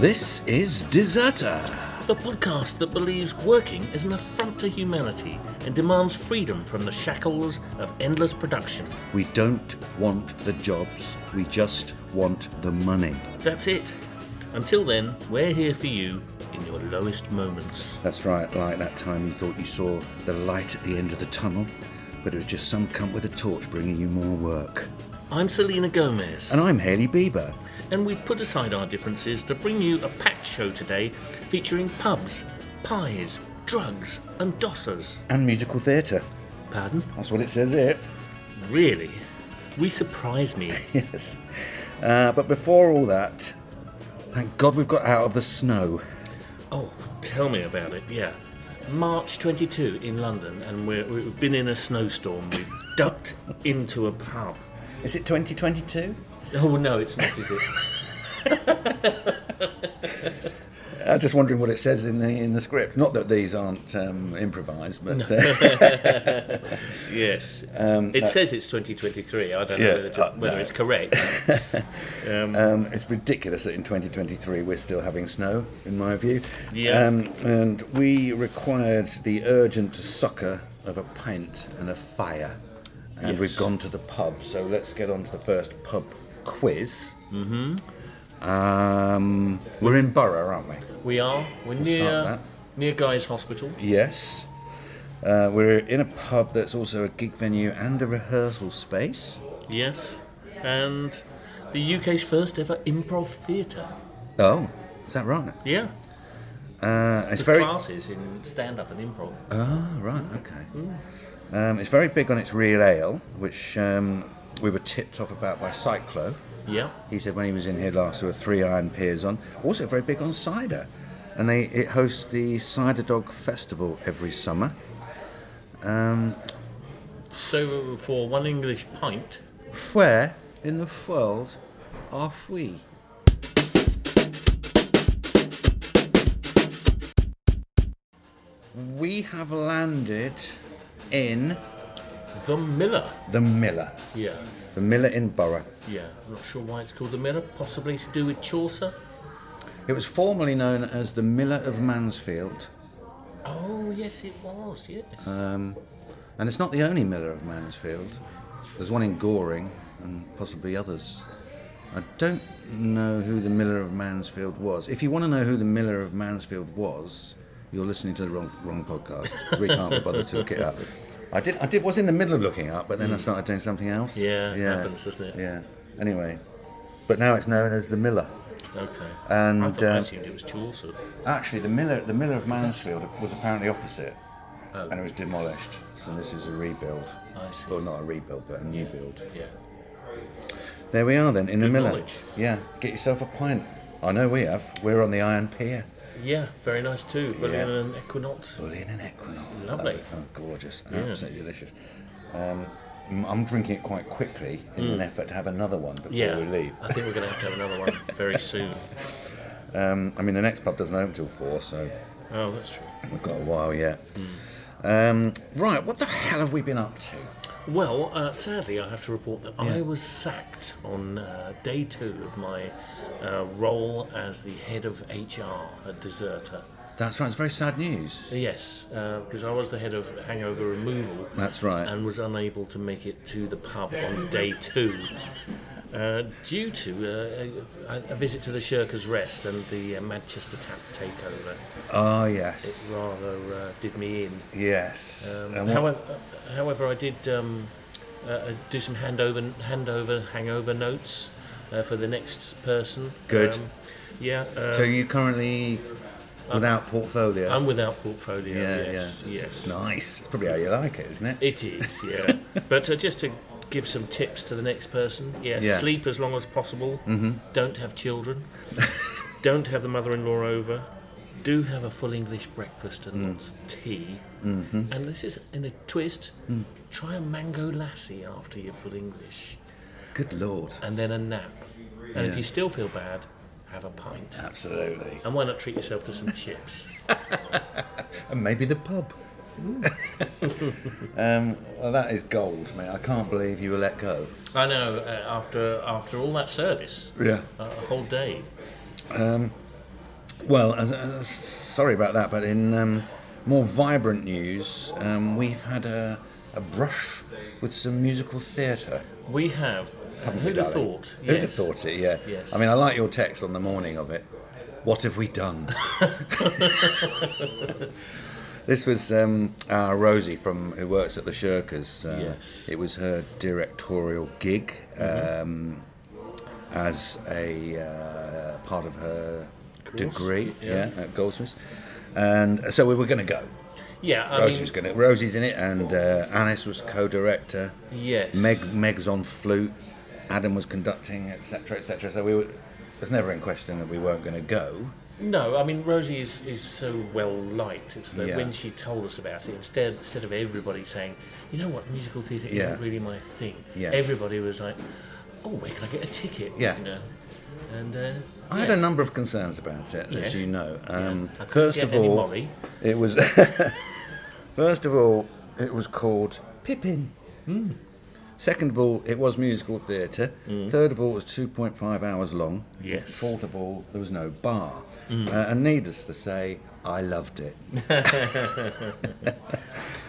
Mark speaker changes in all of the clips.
Speaker 1: This is Deserter.
Speaker 2: The podcast that believes working is an affront to humanity and demands freedom from the shackles of endless production.
Speaker 1: We don't want the jobs, we just want the money.
Speaker 2: That's it. Until then, we're here for you in your lowest moments.
Speaker 1: That's right, like that time you thought you saw the light at the end of the tunnel, but it was just some cunt with a torch bringing you more work.
Speaker 2: I'm Selena Gomez,
Speaker 1: And I'm Haley Bieber.
Speaker 2: and we've put aside our differences to bring you a packed show today featuring pubs, pies, drugs, and dossers.
Speaker 1: And musical theatre.
Speaker 2: Pardon?
Speaker 1: That's what it says here.
Speaker 2: Really? We surprise me.
Speaker 1: Yes. Uh, but before all that, thank God we've got out of the snow.
Speaker 2: Oh, tell me about it. Yeah, March 22 in London, and we're, we've been in a snowstorm. We've ducked into a pub.
Speaker 1: Is it 2022?
Speaker 2: Oh no, it's not, is it?
Speaker 1: I'm just wondering what it says in the in the script. Not that these aren't um, improvised, but uh,
Speaker 2: yes. it says it's 2023. I don't
Speaker 1: Um, Yeah,
Speaker 2: know whether, to,
Speaker 1: uh,
Speaker 2: whether
Speaker 1: no.
Speaker 2: it's correct.
Speaker 1: Um, it's ridiculous that in 2023 we're still having snow, in my view.
Speaker 2: Yeah.
Speaker 1: Um, and we required the urgent succour of a pint and a fire. And we've
Speaker 2: Yes.
Speaker 1: gone to the pub, so let's get on to the first pub quiz. Mm-hmm. Um, we're in Borough, aren't we?
Speaker 2: We are. We're
Speaker 1: start
Speaker 2: near
Speaker 1: that.
Speaker 2: near Guy's Hospital.
Speaker 1: Yes. Uh, we're in a pub that's also a gig venue and a rehearsal space.
Speaker 2: Yes, and the UK's first ever improv theatre.
Speaker 1: Oh, is that right?
Speaker 2: Yeah,
Speaker 1: Uh, it's
Speaker 2: there's
Speaker 1: very
Speaker 2: classes in stand up and improv.
Speaker 1: Ah, right, okay. Um, it's very big on its real ale, which um, we were tipped off about by Cyclo.
Speaker 2: yeah.
Speaker 1: He said when he was in here last, there were three iron piers on. Also, very big on cider, and they it hosts the Cider Dog Festival every summer.
Speaker 2: So for one English pint,
Speaker 1: Where in the world are we? We have landed in
Speaker 2: the Miller.
Speaker 1: the Miller,
Speaker 2: Yeah.
Speaker 1: the Miller in Borough.
Speaker 2: Yeah, I'm not sure why it's called the Mirror. Possibly to do with Chaucer.
Speaker 1: It was formerly known as the Miller of Mansfield,
Speaker 2: Oh yes, it was. Yes.
Speaker 1: Uh, and it's not the only Miller of Mansfield. There's one in Goring and possibly others. I don't know who the Miller of Mansfield was. If you want to know who the Miller of Mansfield was, you're listening to the wrong, wrong podcast because we can't be bothered to look it up. I did. I did. Was in the middle of looking up, but then I started doing something else.
Speaker 2: Yeah, it happens, doesn't it?
Speaker 1: Yeah. Anyway, but now it's known as the Miller.
Speaker 2: okay.
Speaker 1: and,
Speaker 2: I thought
Speaker 1: uh,
Speaker 2: I assumed it was Chaucer.
Speaker 1: Actually, the Miller, the Miller of Mansfield was apparently opposite, and it was demolished. So this is a rebuild.
Speaker 2: Oh. I see.
Speaker 1: Well, not a rebuild, but a new build.
Speaker 2: Yeah.
Speaker 1: There we are then in the Miller.
Speaker 2: knowledge.
Speaker 1: Yeah, get yourself a pint. I know we have. We're on the Iron Pier.
Speaker 2: Yeah, very nice too. But
Speaker 1: Yeah.
Speaker 2: in an equinox.
Speaker 1: Bullion and Equinor.
Speaker 2: Lovely.
Speaker 1: Oh, gorgeous. Absolutely delicious. Um, m- I'm drinking it quite quickly in an effort to have another one before
Speaker 2: Hmm. Yeah.
Speaker 1: we leave.
Speaker 2: I think we're going to have to have another one very soon.
Speaker 1: Um, I mean, the next pub doesn't open till four, so
Speaker 2: Oh, that's true.
Speaker 1: we've got a while yet.
Speaker 2: Hmm.
Speaker 1: Um, right, what the hell have we been up to?
Speaker 2: Well, uh, sadly, I have to report that
Speaker 1: Yeah.
Speaker 2: I was sacked on uh, day two of my uh, role as the head of HR at Deserter.
Speaker 1: That's right. It's very sad news.
Speaker 2: Yes, uh, because I was the head of hangover removal.
Speaker 1: That's right.
Speaker 2: And was unable to make it to the pub on day two uh, due to uh, a, a visit to the Shirkers Rest and the uh, Manchester Tap takeover.
Speaker 1: Oh yes.
Speaker 2: Rather uh, did me in.
Speaker 1: Yes.
Speaker 2: Um,
Speaker 1: And what-
Speaker 2: however, however, I did um, uh, uh, do some handover, handover, hangover notes uh, for the next person.
Speaker 1: Good.
Speaker 2: Um, yeah. Um,
Speaker 1: so you currently without portfolio.
Speaker 2: I'm without portfolio.
Speaker 1: Yeah,
Speaker 2: um, yes. Yes.
Speaker 1: nice. It's probably how you like it, isn't it?
Speaker 2: It is, yeah. but uh, just to give some tips to the next person, yeah,
Speaker 1: Yeah. Mm-hmm.
Speaker 2: sleep as long as possible. Don't have children. Don't have the mother-in-law over. Do have a full English breakfast
Speaker 1: Mm.
Speaker 2: and lots of tea.
Speaker 1: Mm-hmm.
Speaker 2: And this is in a twist.
Speaker 1: Mm.
Speaker 2: Try a mango lassi after your full English,
Speaker 1: Good lord.
Speaker 2: and then a nap. And if
Speaker 1: Yeah.
Speaker 2: you still feel bad, have a pint.
Speaker 1: Absolutely.
Speaker 2: And why not treat yourself to some chips?
Speaker 1: And maybe the pub. um, well, that is gold, mate. I can't believe you were let go.
Speaker 2: I know. Uh, after after all that service,
Speaker 1: Yeah.
Speaker 2: a a whole day.
Speaker 1: Well, as, as, sorry about that, but in um, more vibrant news, um, we've had a, a brush with some musical theatre.
Speaker 2: We have.
Speaker 1: haven't we,
Speaker 2: who'd
Speaker 1: darling?
Speaker 2: have thought?
Speaker 1: Who'd have
Speaker 2: Yes.
Speaker 1: thought it? Yeah.
Speaker 2: Yes.
Speaker 1: I mean, I like your text on the morning of it. What have we done? this was um, uh, Rosie from who works at the Shirkers. Uh,
Speaker 2: Yes. Mm-hmm.
Speaker 1: It was her directorial gig um, as a uh, part of her
Speaker 2: Course,
Speaker 1: degree.
Speaker 2: yeah.
Speaker 1: Yeah. at Goldsmiths. And uh, so we were going to go.
Speaker 2: Yeah, I
Speaker 1: Rosie
Speaker 2: mean,
Speaker 1: was going to. Rosie's in it, and uh, Alice was co-director.
Speaker 2: yes.
Speaker 1: Meg Meg's on flute, Adam was conducting, etc., etc. So we were, it was never in question that we weren't going to go.
Speaker 2: No, I mean Rosie is, is so well liked. It's that
Speaker 1: Yeah.
Speaker 2: when she told us about it, instead instead of everybody saying, you know what, musical theatre
Speaker 1: Yeah.
Speaker 2: isn't really my thing.
Speaker 1: Yeah.
Speaker 2: Everybody was like, oh, where can I get a ticket?
Speaker 1: Yeah.
Speaker 2: You know, and uh,
Speaker 1: I had
Speaker 2: yeah.
Speaker 1: a number of concerns about it,
Speaker 2: Yes.
Speaker 1: as you know. Um,
Speaker 2: I couldn't
Speaker 1: First
Speaker 2: get
Speaker 1: of
Speaker 2: any
Speaker 1: all,
Speaker 2: Molly.
Speaker 1: it was. first of all, it was called Pippin.
Speaker 2: Hmm.
Speaker 1: Second of all, it was musical theatre. Third of all, it was 2.5 hours long.
Speaker 2: Yes. Hmm.
Speaker 1: Fourth of all, there was no bar. Uh, and needless to say, I loved it.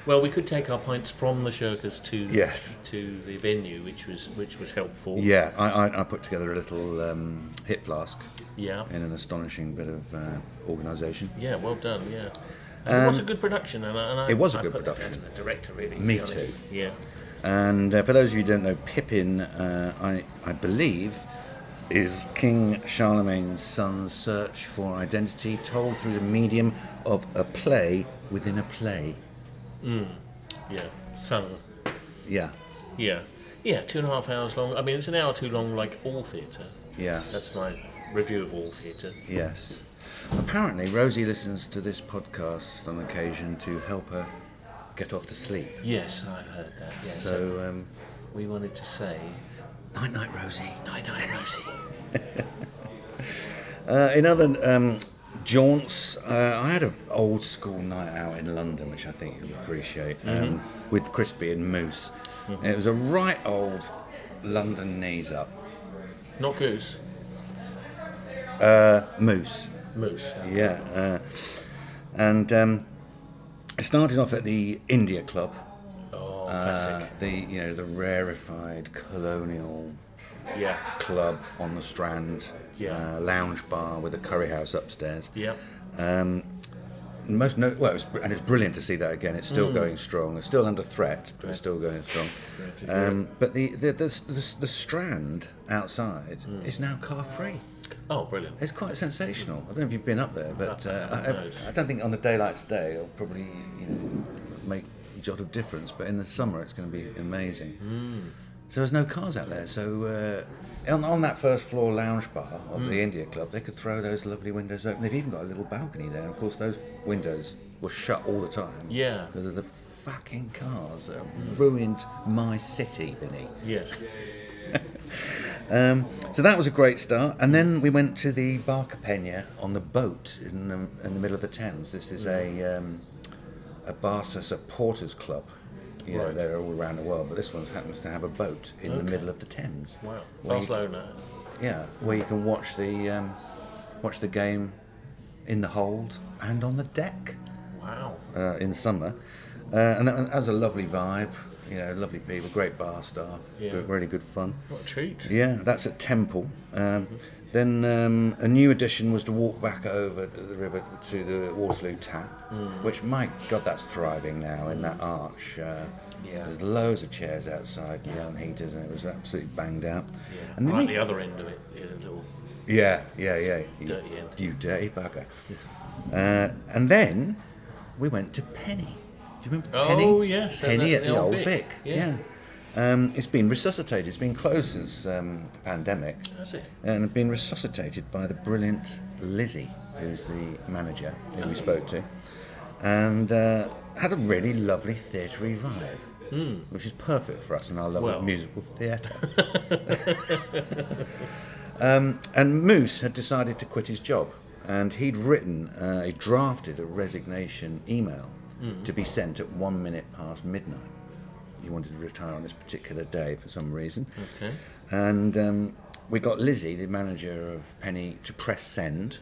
Speaker 2: Well, we could take our pints from the Shirkers to
Speaker 1: Yes.
Speaker 2: to the venue, which was which was helpful.
Speaker 1: Yeah, I, I, I put together a little um, hip flask
Speaker 2: Yeah.
Speaker 1: in an astonishing bit of uh, organisation.
Speaker 2: Yeah, well done. Yeah, and it was a good production, and, I, and I,
Speaker 1: Um, it was a
Speaker 2: I
Speaker 1: good
Speaker 2: put that
Speaker 1: production.
Speaker 2: down to the director, really. to
Speaker 1: Me
Speaker 2: be honest.
Speaker 1: too.
Speaker 2: Yeah,
Speaker 1: And uh, for those of you who don't know, Pippin, uh, I, I believe, is King Charlemagne's son's search for identity told through the medium of a play within a play.
Speaker 2: yeah, sung.
Speaker 1: Yeah,
Speaker 2: Yeah, yeah, two and a half hours long. I mean, it's an hour too long, like all theatre.
Speaker 1: yeah.
Speaker 2: That's my review of all theatre.
Speaker 1: Yes. Apparently, Rosie listens to this podcast on occasion to help her get off to sleep.
Speaker 2: Yes, I've heard that. Yes.
Speaker 1: So, um,
Speaker 2: we wanted to say
Speaker 1: night night, Rosie.
Speaker 2: night, night, Rosie.
Speaker 1: Uh, in other um, jaunts, uh, I had an old school night out in London, which I think you'll appreciate, um, with Crispy and Moose. It was a right old London knees up.
Speaker 2: Not goose,
Speaker 1: Moose,
Speaker 2: moose.
Speaker 1: yeah. Uh, and um, it started off at the India Club, uh,
Speaker 2: Oh, classic.
Speaker 1: the you know the rarefied colonial
Speaker 2: Yeah,
Speaker 1: club on the Strand,
Speaker 2: Yeah.
Speaker 1: uh, lounge bar with a curry house upstairs.
Speaker 2: yeah,
Speaker 1: Most no, well, it was, br- and it's brilliant to see that again. It's still going strong. It's still under threat, but it's still going strong.
Speaker 2: Great to hear
Speaker 1: Um, but the the, the the the Strand outside is now car free.
Speaker 2: Oh, brilliant.
Speaker 1: It's quite sensational. I don't know if you've been up there, but
Speaker 2: I
Speaker 1: uh, I,
Speaker 2: haven't, no.
Speaker 1: I, I don't think on a day like today it'll probably you know, make a jot of difference. But in the summer, it's going to be amazing. So there's no cars out there. So uh, on, on that first floor lounge bar of the India Club, they could throw those lovely windows open. They've even got a little balcony there. And of course, those windows were shut all the time.
Speaker 2: Yeah.
Speaker 1: Because of the fucking cars that have ruined my city, Vinny.
Speaker 2: Yes.
Speaker 1: Um, so that was a great start, and then we went to the Barca Pena on the boat in the, in the middle of the Thames. This is a um, a Barca supporters club. You know,
Speaker 2: Right.
Speaker 1: they're all around the world, but this one happens to have a boat in the middle of the Thames.
Speaker 2: Wow.
Speaker 1: Where you,
Speaker 2: Barcelona.
Speaker 1: yeah, where you can watch the um, watch the game in the hold and on the deck
Speaker 2: Wow.
Speaker 1: uh, in summer, uh, and that, that was a lovely vibe. You know, lovely people, great bar staff,
Speaker 2: Yeah.
Speaker 1: good- really good fun.
Speaker 2: What a treat.
Speaker 1: Yeah, that's at Temple. Um, then um, a new addition was to walk back over to the river to the Waterloo Tap,
Speaker 2: Hmm.
Speaker 1: which, my God, that's thriving now in that arch. Uh,
Speaker 2: Yeah.
Speaker 1: There's loads of chairs outside, neon heaters, and it was absolutely banged out.
Speaker 2: Yeah.
Speaker 1: And
Speaker 2: And
Speaker 1: then
Speaker 2: right at
Speaker 1: we-
Speaker 2: the other end of it, the little
Speaker 1: yeah, yeah, yeah. You
Speaker 2: dirty end.
Speaker 1: you dirty bugger. Uh, and then we went to Penny. Do you remember
Speaker 2: Oh,
Speaker 1: Penny?
Speaker 2: yes, and
Speaker 1: Penny
Speaker 2: the-
Speaker 1: at the, old Vic.
Speaker 2: yeah.
Speaker 1: Yeah. Um, it's been resuscitated. It's been closed since um, the pandemic
Speaker 2: That's it.
Speaker 1: and had been resuscitated by the brilliant Lizzie, who's the manager who we spoke to, and uh, had a really lovely theatery vibe, which is perfect for us and our love
Speaker 2: Well.
Speaker 1: of musical theatre. um, and Moose had decided to quit his job, and he'd written, uh, he drafted a resignation email to be sent at one minute past midnight. He wanted to retire on this particular day for some reason.
Speaker 2: Okay.
Speaker 1: And um, we got Lizzie, the manager of Penny, to press send.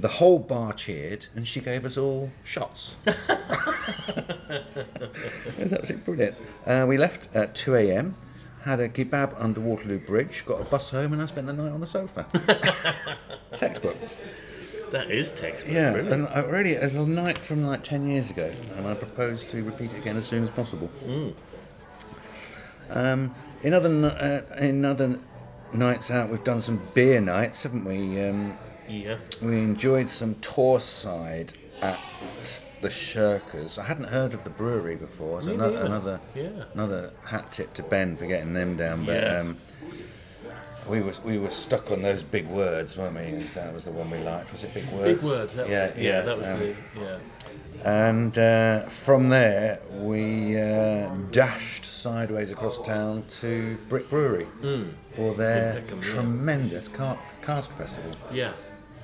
Speaker 1: The whole bar cheered, and she gave us all shots. it was absolutely brilliant. Uh, we left at 2 a.m., had a kebab under Waterloo Bridge, got a bus home, and I spent the night on the sofa. Textbook.
Speaker 2: That is textbook.
Speaker 1: Yeah,
Speaker 2: really.
Speaker 1: and I, really, it was a night from like 10 years ago, and I propose to repeat it again as soon as possible. Um, in, other, n- uh, in other nights out, we've done some beer nights, haven't we? Um,
Speaker 2: Yeah.
Speaker 1: we enjoyed some Torside at the Shirkers. I hadn't heard of the brewery before, so ano-
Speaker 2: neither.
Speaker 1: another
Speaker 2: Yeah.
Speaker 1: another hat tip to Ben for getting them down. But
Speaker 2: Yeah.
Speaker 1: um, we were we were stuck on those big words, weren't we? Because That was the one we liked. Was it big words?
Speaker 2: Big words. That was
Speaker 1: yeah,
Speaker 2: it. Yeah,
Speaker 1: yeah,
Speaker 2: that was
Speaker 1: um,
Speaker 2: the yeah.
Speaker 1: And uh, from there, we uh, dashed sideways across town to Brick Brewery for their
Speaker 2: Peckham, Hmm. yeah.
Speaker 1: tremendous car- cask festival
Speaker 2: Yeah.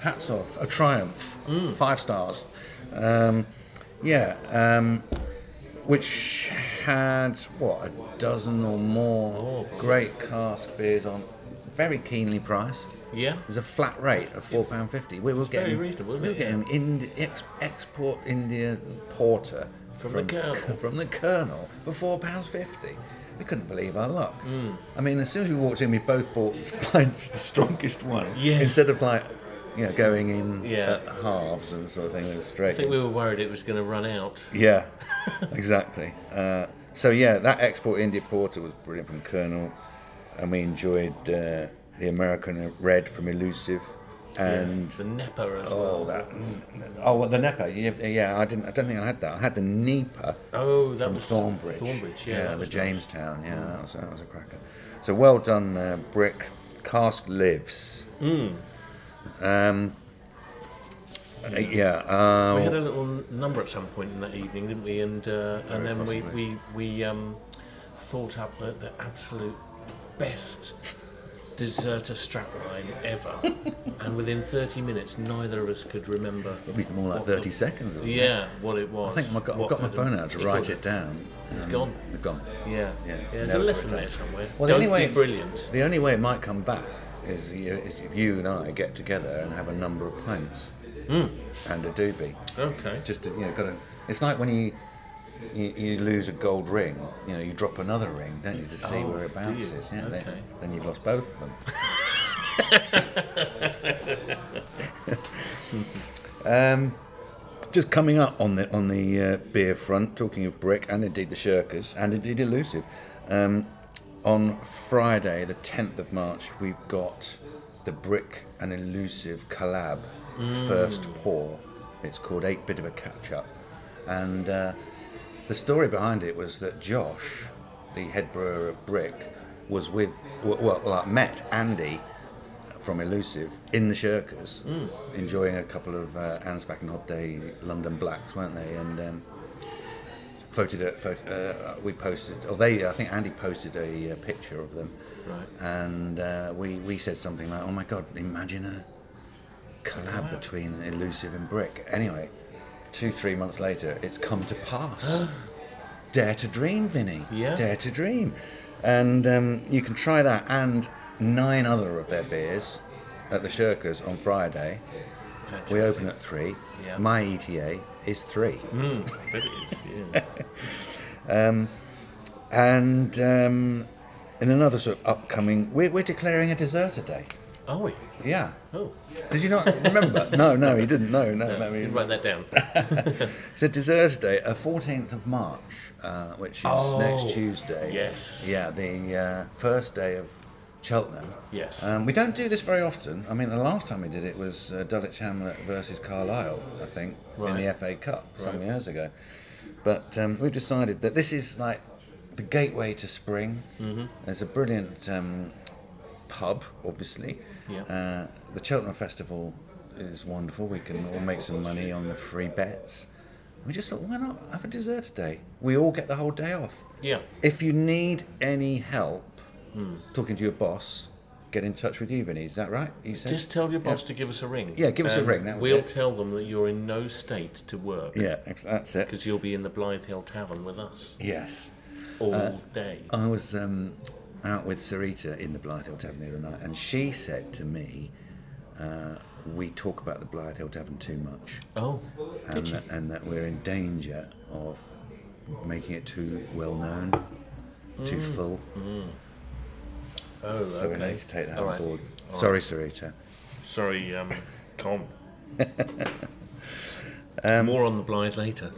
Speaker 1: hats off, a triumph, five stars. Um, yeah, um, which had what a dozen or more great cask beers on, very keenly priced.
Speaker 2: Yeah.
Speaker 1: It was a flat rate of four pound fifty. We were
Speaker 2: very
Speaker 1: getting
Speaker 2: reasonable, wasn't
Speaker 1: we were
Speaker 2: it?
Speaker 1: getting Indi- ex- export India porter
Speaker 2: From the Colonel.
Speaker 1: from the Colonel for four pounds fifty. We couldn't believe our luck.
Speaker 2: Mm.
Speaker 1: I mean, as soon as we walked in, we both bought pints of the strongest one
Speaker 2: Yes.
Speaker 1: instead of like you know going in
Speaker 2: Yeah.
Speaker 1: at halves and sort of thing. It was straight.
Speaker 2: I think we were worried it was going to run out.
Speaker 1: Yeah, exactly. Uh, so yeah, that export India Porter was brilliant from Colonel, and we enjoyed uh, the American Red from Elusive, and
Speaker 2: The Napa as
Speaker 1: oh
Speaker 2: well.
Speaker 1: that oh well, the Nepa. Yeah, yeah, I didn't. I don't think I had that. I had the Nepa
Speaker 2: Oh, that
Speaker 1: from
Speaker 2: was
Speaker 1: Thornbridge.
Speaker 2: Thornbridge, yeah, that
Speaker 1: the
Speaker 2: was nice. Mm.
Speaker 1: Jamestown. Yeah, that, was, that was a cracker. So well done, uh, Brick. Cask lives.
Speaker 2: Mm.
Speaker 1: Um. uh, Yeah. Uh,
Speaker 2: We had a little number at some point in that evening, didn't we? And uh, and then we we we um, thought up the, the absolute best deserter strapline ever. and within 30 minutes, neither of us could remember.
Speaker 1: It'd be more like
Speaker 2: what the-
Speaker 1: 30 seconds or something.
Speaker 2: Yeah, what it was.
Speaker 1: I think my, I've
Speaker 2: what
Speaker 1: got my
Speaker 2: the
Speaker 1: phone out to write
Speaker 2: tickle-
Speaker 1: it down.
Speaker 2: It's
Speaker 1: Um,
Speaker 2: gone.
Speaker 1: It's gone.
Speaker 2: Yeah,
Speaker 1: Yeah,
Speaker 2: yeah. There's a
Speaker 1: never
Speaker 2: lesson
Speaker 1: return.
Speaker 2: there somewhere.
Speaker 1: Well, the
Speaker 2: Don't
Speaker 1: only way-
Speaker 2: be brilliant.
Speaker 1: The only way it might come back is, you, is if you and I get together and have a number of pints
Speaker 2: Hmm.
Speaker 1: and a doobie.
Speaker 2: Okay.
Speaker 1: Just to, you know, got to. It's like when you, you you lose a gold ring. You know, you drop another ring, don't you, to see
Speaker 2: Oh,
Speaker 1: where it
Speaker 2: do you?
Speaker 1: bounces? Yeah.
Speaker 2: Okay.
Speaker 1: Then, then you've lost both of them. Um, just coming up on the on the uh, beer front, talking of brick and indeed the shirkers and indeed elusive. Um, on Friday, the tenth of March, we've got the brick and elusive collab
Speaker 2: Mm.
Speaker 1: first pour. It's called Eight Bit of a Catch Up, and uh, the story behind it was that Josh, the head brewer of Brick, was with well, well like, met Andy from Elusive in the Shirkers, enjoying a couple of uh, Anspach and Hobday London Blacks, weren't they? And um, voted, a, photo, uh, we posted, or they, I think Andy posted a uh, picture of them,
Speaker 2: Right.
Speaker 1: and uh, we we said something like, "Oh my God, imagine a collab between Elusive and Brick." Anyway, two three months later, it's come to pass. Dare to Dream, Vinny.
Speaker 2: Yeah.
Speaker 1: Dare to Dream. And um, you can try that and nine other of their beers at the Shirkers on Friday.
Speaker 2: Fantastic.
Speaker 1: We open at three.
Speaker 2: Yeah.
Speaker 1: My ETA is three.
Speaker 2: I bet it is. Yeah.
Speaker 1: And um, in another sort of upcoming, we're, we're declaring a deserter day.
Speaker 2: Are we?
Speaker 1: Yeah.
Speaker 2: Oh,
Speaker 1: Did you not remember? no, no, he didn't. No, no. I mean,
Speaker 2: didn't write that down.
Speaker 1: It's a deserter day, a 14th of March, uh, which is
Speaker 2: Oh,
Speaker 1: next Tuesday.
Speaker 2: yes.
Speaker 1: Yeah, the uh, first day of Cheltenham.
Speaker 2: Yes.
Speaker 1: Um, we don't do this very often. I mean, the last time we did it was uh, Dulwich Hamlet versus Carlisle, I think, in the
Speaker 2: Right.
Speaker 1: FA Cup some years ago. But um, we've decided that this is like the gateway to spring. Mm-hmm. There's a brilliant um, pub, obviously.
Speaker 2: Yeah.
Speaker 1: Uh, the Cheltenham Festival is wonderful. We can all make some money on the free bets. We just thought, why not have a dessert today? We all get the whole day off.
Speaker 2: Yeah.
Speaker 1: If you need any help
Speaker 2: Hmm.
Speaker 1: talking to your boss, get in touch with you, Vinny. Is that right? You said?
Speaker 2: Just tell your boss to give us a ring.
Speaker 1: Yeah, give us a
Speaker 2: and
Speaker 1: ring, that was
Speaker 2: we'll
Speaker 1: it.
Speaker 2: tell them that you're in no state to work
Speaker 1: Yeah, ex- that's it.
Speaker 2: because you'll be in the Blythe Hill Tavern with us
Speaker 1: Yes.
Speaker 2: all
Speaker 1: Uh,
Speaker 2: day.
Speaker 1: I was um, out with Sarita in the Blythe Hill Tavern the other night, and she said to me, uh, we talk about the Blythe Hill Tavern too much,
Speaker 2: Oh,
Speaker 1: and uh,
Speaker 2: did you?
Speaker 1: that, and that we're in danger of making it too well known, too full.
Speaker 2: Hmm. Oh,
Speaker 1: So we
Speaker 2: okay.
Speaker 1: need to take that
Speaker 2: All
Speaker 1: on
Speaker 2: right.
Speaker 1: board. Sorry, Sarita.
Speaker 2: Sorry, um, Con. More
Speaker 1: Um,
Speaker 2: on the Blythe later.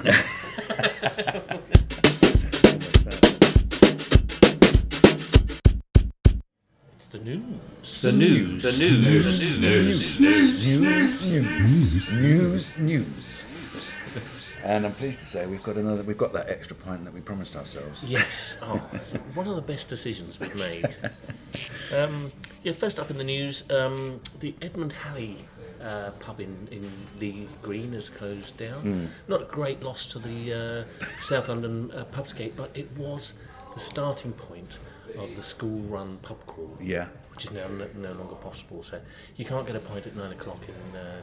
Speaker 2: it's the news. The news. The
Speaker 1: News,
Speaker 2: news.
Speaker 1: news, news, news. And I'm pleased to say we've got another. We've got that extra pint that we promised ourselves.
Speaker 2: Yes. Oh, one of the best decisions we've made. Um, yeah, first up in the news, um, the Edmund Halley uh, pub in, in the Green has closed down.
Speaker 1: Hmm.
Speaker 2: Not a great loss to the uh, South London uh, Pubscape, but it was the starting point of the school run pub crawl,
Speaker 1: Yeah.
Speaker 2: which is now no, no longer possible. So you can't get a pint at nine o'clock in, uh,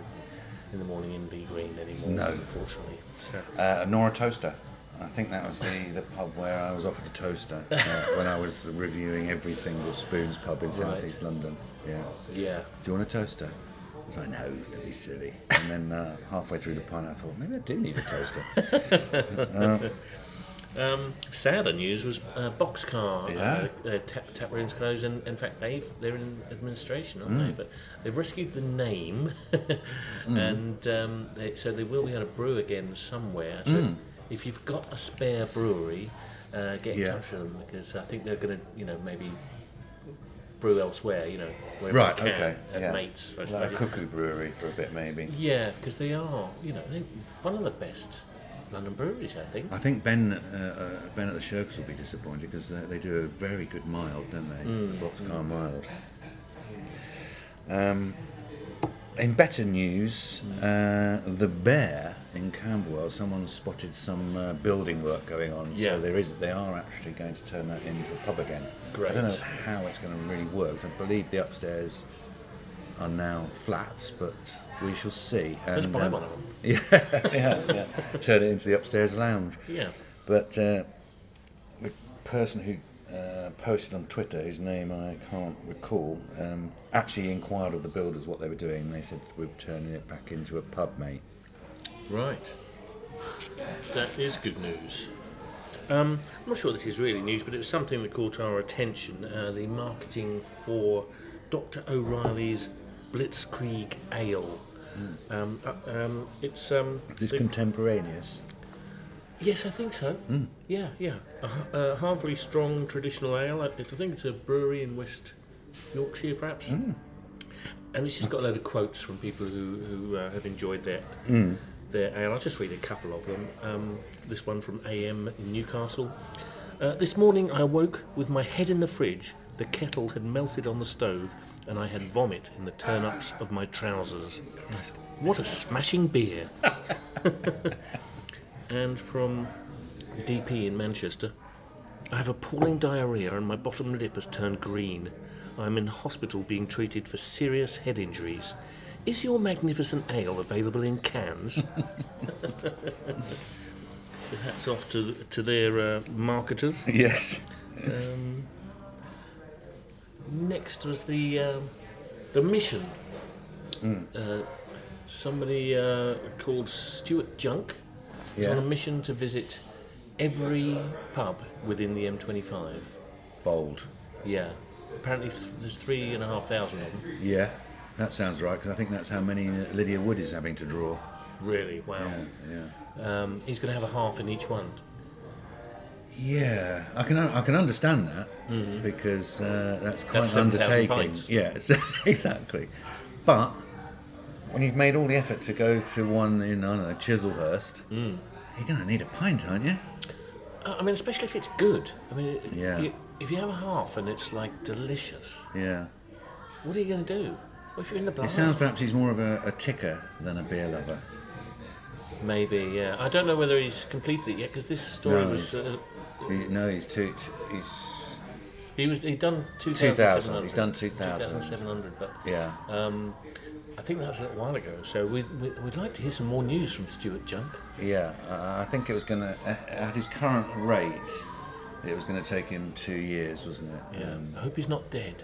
Speaker 2: in the morning in the Green anymore,
Speaker 1: No.
Speaker 2: unfortunately. So.
Speaker 1: Uh, nor a toaster. I think that was the, the pub where I was offered a toaster uh, when I was reviewing every single Spoons pub in South
Speaker 2: Right.
Speaker 1: East London. Yeah.
Speaker 2: Yeah.
Speaker 1: Do you want a toaster? I was like, no, that'd be silly. And then uh, halfway through the pint, I thought, maybe I do need a toaster.
Speaker 2: Um, sadder news was uh, Boxcar.
Speaker 1: Yeah.
Speaker 2: Uh, uh, tap, tap rooms closed, and in fact they've they're in administration, aren't
Speaker 1: Mm.
Speaker 2: they? But they've rescued the name, and um, they, so they will be able to brew again somewhere. So
Speaker 1: Mm.
Speaker 2: if you've got a spare brewery, uh, get in
Speaker 1: Yeah.
Speaker 2: touch with them because I think they're going to you know maybe brew elsewhere. You know, wherever
Speaker 1: right,
Speaker 2: they can,
Speaker 1: okay.
Speaker 2: At
Speaker 1: yeah.
Speaker 2: mates, I
Speaker 1: like
Speaker 2: suppose.
Speaker 1: a cuckoo brewery for a bit, maybe.
Speaker 2: yeah, because they are you know they one of the best London breweries, I think.
Speaker 1: I think Ben uh, uh, Ben at the Shirks will be disappointed because uh, they do a very good mild, don't they?
Speaker 2: Hmm.
Speaker 1: The Boxcar mild. Um, in better news, uh, the Bear in Camberwell, someone spotted some uh, building work going on.
Speaker 2: Yeah.
Speaker 1: So there is, they are actually going to turn that into a pub again. I
Speaker 2: Great.
Speaker 1: don't know how it's going to really work. I believe the upstairs are now flats, but we shall see.
Speaker 2: Let's
Speaker 1: And,
Speaker 2: buy
Speaker 1: um,
Speaker 2: one of them.
Speaker 1: yeah, yeah, yeah. Turn it into the upstairs lounge.
Speaker 2: Yeah.
Speaker 1: But uh, the person who uh, posted on Twitter, whose name I can't recall, um, actually inquired of the builders what they were doing. and They said, We're turning it back into a pub, mate.
Speaker 2: Right. That is good news. Um, I'm not sure this is really news, but it was something that caught our attention. Uh, the marketing for Dr. O'Reilly's Blitzkrieg Ale. Um, uh, um, it's um,
Speaker 1: Is this
Speaker 2: the-
Speaker 1: contemporaneous?
Speaker 2: yes, I think so. Yeah, yeah. A, ha- a harmfully strong traditional ale. I I think it's a brewery in West Yorkshire, perhaps. And it's just got a load of quotes from people who, who uh, have enjoyed their, their ale. I'll just read a couple of them. Um, this one from AM in Newcastle. Uh, this morning I awoke with my head in the fridge. The kettle had melted on the stove, and I had vomit in the turn ups of my trousers. What a smashing beer! and from DP in Manchester. I have appalling diarrhea and my bottom lip has turned green. I'm in hospital being treated for serious head injuries. Is your magnificent ale available in cans? so hats off to, to their uh, marketers.
Speaker 1: Yes.
Speaker 2: Next was the um, the mission.
Speaker 1: Hmm.
Speaker 2: Uh, somebody uh, called Stuart Junk is
Speaker 1: Yeah.
Speaker 2: on a mission to visit every pub within the M25.
Speaker 1: Bold.
Speaker 2: Yeah, apparently th- there's three and a half thousand of them.
Speaker 1: Yeah. That sounds right, because I think that's how many uh, Lydia Wood is having to draw.
Speaker 2: Really, wow.
Speaker 1: Yeah, yeah.
Speaker 2: Um, he's going to have a half in each one.
Speaker 1: Yeah, I can I can understand that because uh, that's quite
Speaker 2: That's
Speaker 1: an
Speaker 2: 7,000
Speaker 1: undertaking.
Speaker 2: pints.
Speaker 1: Yeah, it's- exactly. But when you've made all the effort to go to one in I don't know Chiselhurst, you're going to need a pint, aren't you?
Speaker 2: Uh, I mean, especially if it's good. I mean, it-
Speaker 1: Yeah.
Speaker 2: you- if you have a half and it's like delicious,
Speaker 1: Yeah.
Speaker 2: what are you going to do? What if you're in the
Speaker 1: It
Speaker 2: blind?
Speaker 1: sounds perhaps he's more of a, a ticker than a beer lover.
Speaker 2: Maybe, yeah. I don't know whether he's completed it yet because this story
Speaker 1: No.
Speaker 2: was. Uh,
Speaker 1: He- no, he's two. t- he's
Speaker 2: he was he'd done
Speaker 1: 2,000.
Speaker 2: 2,700.
Speaker 1: He's done 2,000.
Speaker 2: 2,700, but
Speaker 1: yeah.
Speaker 2: um, I think that was a little while ago. So we, we, we'd like to hear some more news from Stuart Junk.
Speaker 1: Yeah, I I think it was going to, at his current rate, it was going to take him two years, wasn't it?
Speaker 2: Um, I hope he's not dead.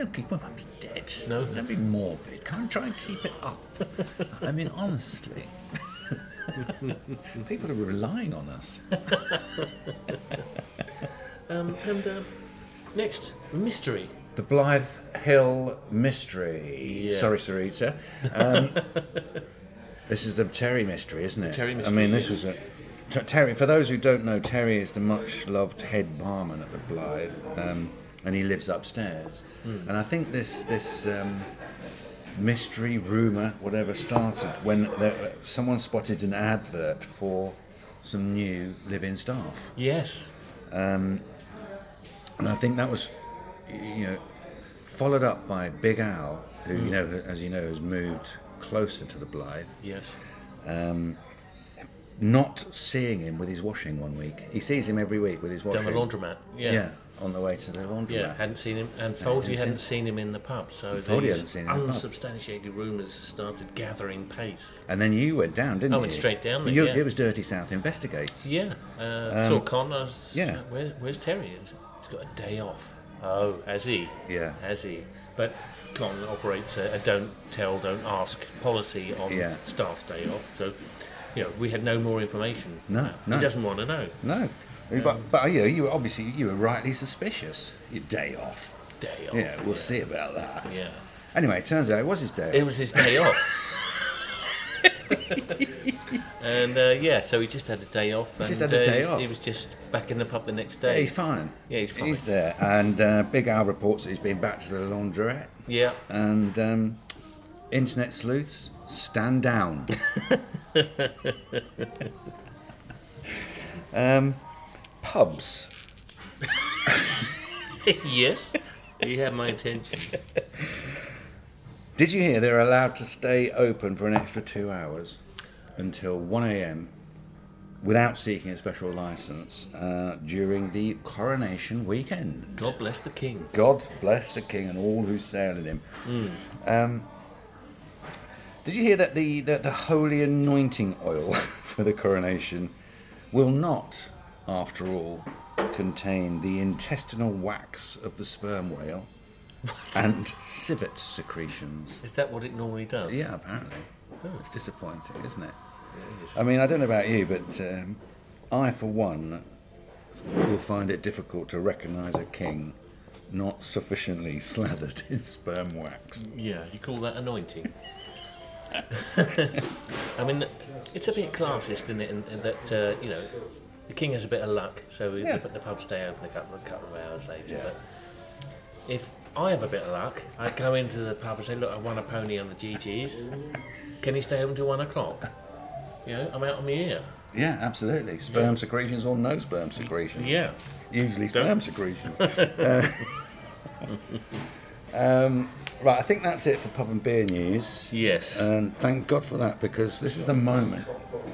Speaker 1: Okay, well, I'd be dead.
Speaker 2: No.
Speaker 1: That'd be morbid. Can't try and keep it up. I mean, honestly. People are relying on us.
Speaker 2: Um, and uh, next, mystery.
Speaker 1: The Blythe Hill Mystery.
Speaker 2: Yeah.
Speaker 1: Sorry, Sarita. Um, this is the Terry mystery, isn't it?
Speaker 2: Terry
Speaker 1: I
Speaker 2: mystery,
Speaker 1: mean, this
Speaker 2: yes.
Speaker 1: was a. T- Terry, for those who don't know, Terry is the much loved head barman at the Blythe, um, and he lives upstairs.
Speaker 2: Hmm.
Speaker 1: And I think this this um, mystery rumor, whatever, started when there, someone spotted an advert for some new live-in staff.
Speaker 2: Yes.
Speaker 1: And I think that was, you know, followed up by Big Al, who,
Speaker 2: Hmm.
Speaker 1: you know, as you know, has moved closer to the Blythe.
Speaker 2: Yes.
Speaker 1: Not seeing him with his washing one week. He sees him every week with his washing.
Speaker 2: Down the laundromat.
Speaker 1: Yeah,
Speaker 2: Yeah. Yeah.
Speaker 1: on the way to the laundromat.
Speaker 2: hadn't seen him, and Foldy
Speaker 1: hadn't
Speaker 2: hadn't seen him in the pub, so
Speaker 1: Foldy hadn't
Speaker 2: these
Speaker 1: seen him in the pub.
Speaker 2: unsubstantiated rumours started gathering pace.
Speaker 1: And then you went down, didn't you?
Speaker 2: I went straight down there,
Speaker 1: You-
Speaker 2: yeah.
Speaker 1: It was Dirty South Investigates.
Speaker 2: Yeah, uh, saw Con. I was,
Speaker 1: Um, yeah.
Speaker 2: Where, where's Terry? He's- he's got a day off. Oh, has he?
Speaker 1: Yeah.
Speaker 2: has he? But Con operates a, a don't tell, don't ask policy on
Speaker 1: Yeah.
Speaker 2: staff's day off. So, you know, we had no more information. from
Speaker 1: No,
Speaker 2: that.
Speaker 1: no.
Speaker 2: he doesn't want to know.
Speaker 1: No. But, but you know, you were obviously, you were rightly suspicious. Your day off.
Speaker 2: Day off.
Speaker 1: Yeah, we'll see about that.
Speaker 2: Yeah.
Speaker 1: Anyway, it turns out it was his day
Speaker 2: It
Speaker 1: off.
Speaker 2: was his day off. and uh, yeah, so he just had a day off.
Speaker 1: just
Speaker 2: and,
Speaker 1: had a
Speaker 2: uh,
Speaker 1: day
Speaker 2: he's-
Speaker 1: off.
Speaker 2: He was just back in the pub the next day.
Speaker 1: He's fine.
Speaker 2: Yeah, he's fine.
Speaker 1: He's there. And uh, Big Al reports that he's been back to the laundrette.
Speaker 2: yeah.
Speaker 1: And um, internet sleuths, stand down. um, pubs.
Speaker 2: yes. He had my attention.
Speaker 1: Did you hear they're allowed to stay open for an extra two hours until 1 a.m. without seeking a special license uh, during the coronation weekend?
Speaker 2: God bless the king.
Speaker 1: God bless the king and all who sail in him. Um, did you hear that the, the, the holy anointing oil for the coronation will not, after all, contain the intestinal wax of the sperm whale and civet secretions?
Speaker 2: Is that what it normally does?
Speaker 1: Yeah, apparently. Oh. It's disappointing, isn't it?
Speaker 2: It is.
Speaker 1: I mean, I don't know about you, but um, I, for one, will find it difficult to recognise a king not sufficiently slathered in sperm wax.
Speaker 2: Yeah, you call that anointing? I mean, it's a bit classist, isn't it? In, in that uh, you know, the king has a bit of luck, so
Speaker 1: Yeah.
Speaker 2: the, the pubs stay open a couple, a couple of hours later.
Speaker 1: Yeah.
Speaker 2: But if I have a bit of luck, I go into the pub and say, "Look, I won a pony on the GGs. Can he stay open till one o'clock?" You know, I'm out on my ear.
Speaker 1: Yeah, absolutely. Sperm secretions or no sperm secretions.
Speaker 2: Yeah,
Speaker 1: Usually sperm
Speaker 2: Don't-
Speaker 1: secretions. Uh, um, right, I think that's it for pub and beer news.
Speaker 2: yes.
Speaker 1: And thank God for that because this is the moment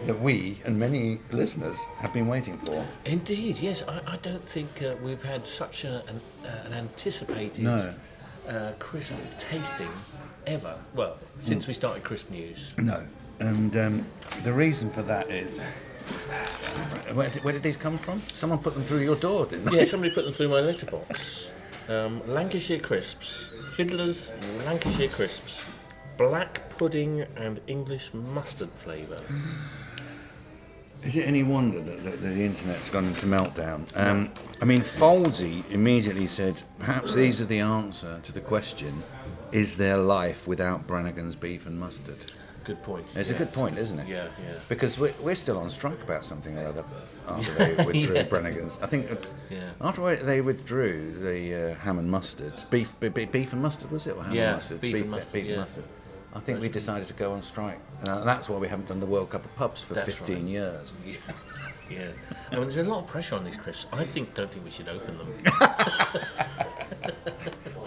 Speaker 1: that we and many listeners have been waiting for.
Speaker 2: Indeed, yes. I, I don't think uh, we've had such a, an, uh, an anticipated
Speaker 1: No.
Speaker 2: uh, crisp tasting ever. Well, since
Speaker 1: Mm.
Speaker 2: we started Crisp News.
Speaker 1: No. And um, the reason for that is. Where did, where did these come from? Someone put them through your door, didn't they?
Speaker 2: Yeah, somebody put them through my letterbox. Um, Lancashire crisps, Fiddler's Lancashire crisps, black pudding and English mustard flavour.
Speaker 1: Is it any wonder that, that the internet's gone into meltdown? Um, I mean, Foldsy immediately said, perhaps these are the answer to the question is there life without Brannigan's beef and mustard?
Speaker 2: Good point.
Speaker 1: It's
Speaker 2: yeah.
Speaker 1: a good point, isn't it?
Speaker 2: Yeah, yeah.
Speaker 1: Because we're, we're still on strike about something or other after they withdrew
Speaker 2: Yeah.
Speaker 1: Brannigan's. I think uh,
Speaker 2: Yeah.
Speaker 1: after they withdrew the uh, ham and mustard, beef, be- be- beef and mustard, was it? Or ham
Speaker 2: Yeah,
Speaker 1: and mustard?
Speaker 2: beef and mustard, yeah.
Speaker 1: I think we decided to go on strike. And uh, that's why we haven't done the World Cup of Pubs for
Speaker 2: That's
Speaker 1: 15
Speaker 2: right.
Speaker 1: years.
Speaker 2: Yeah. I mean, there's a lot of pressure on these crisps. I think don't think we should open them.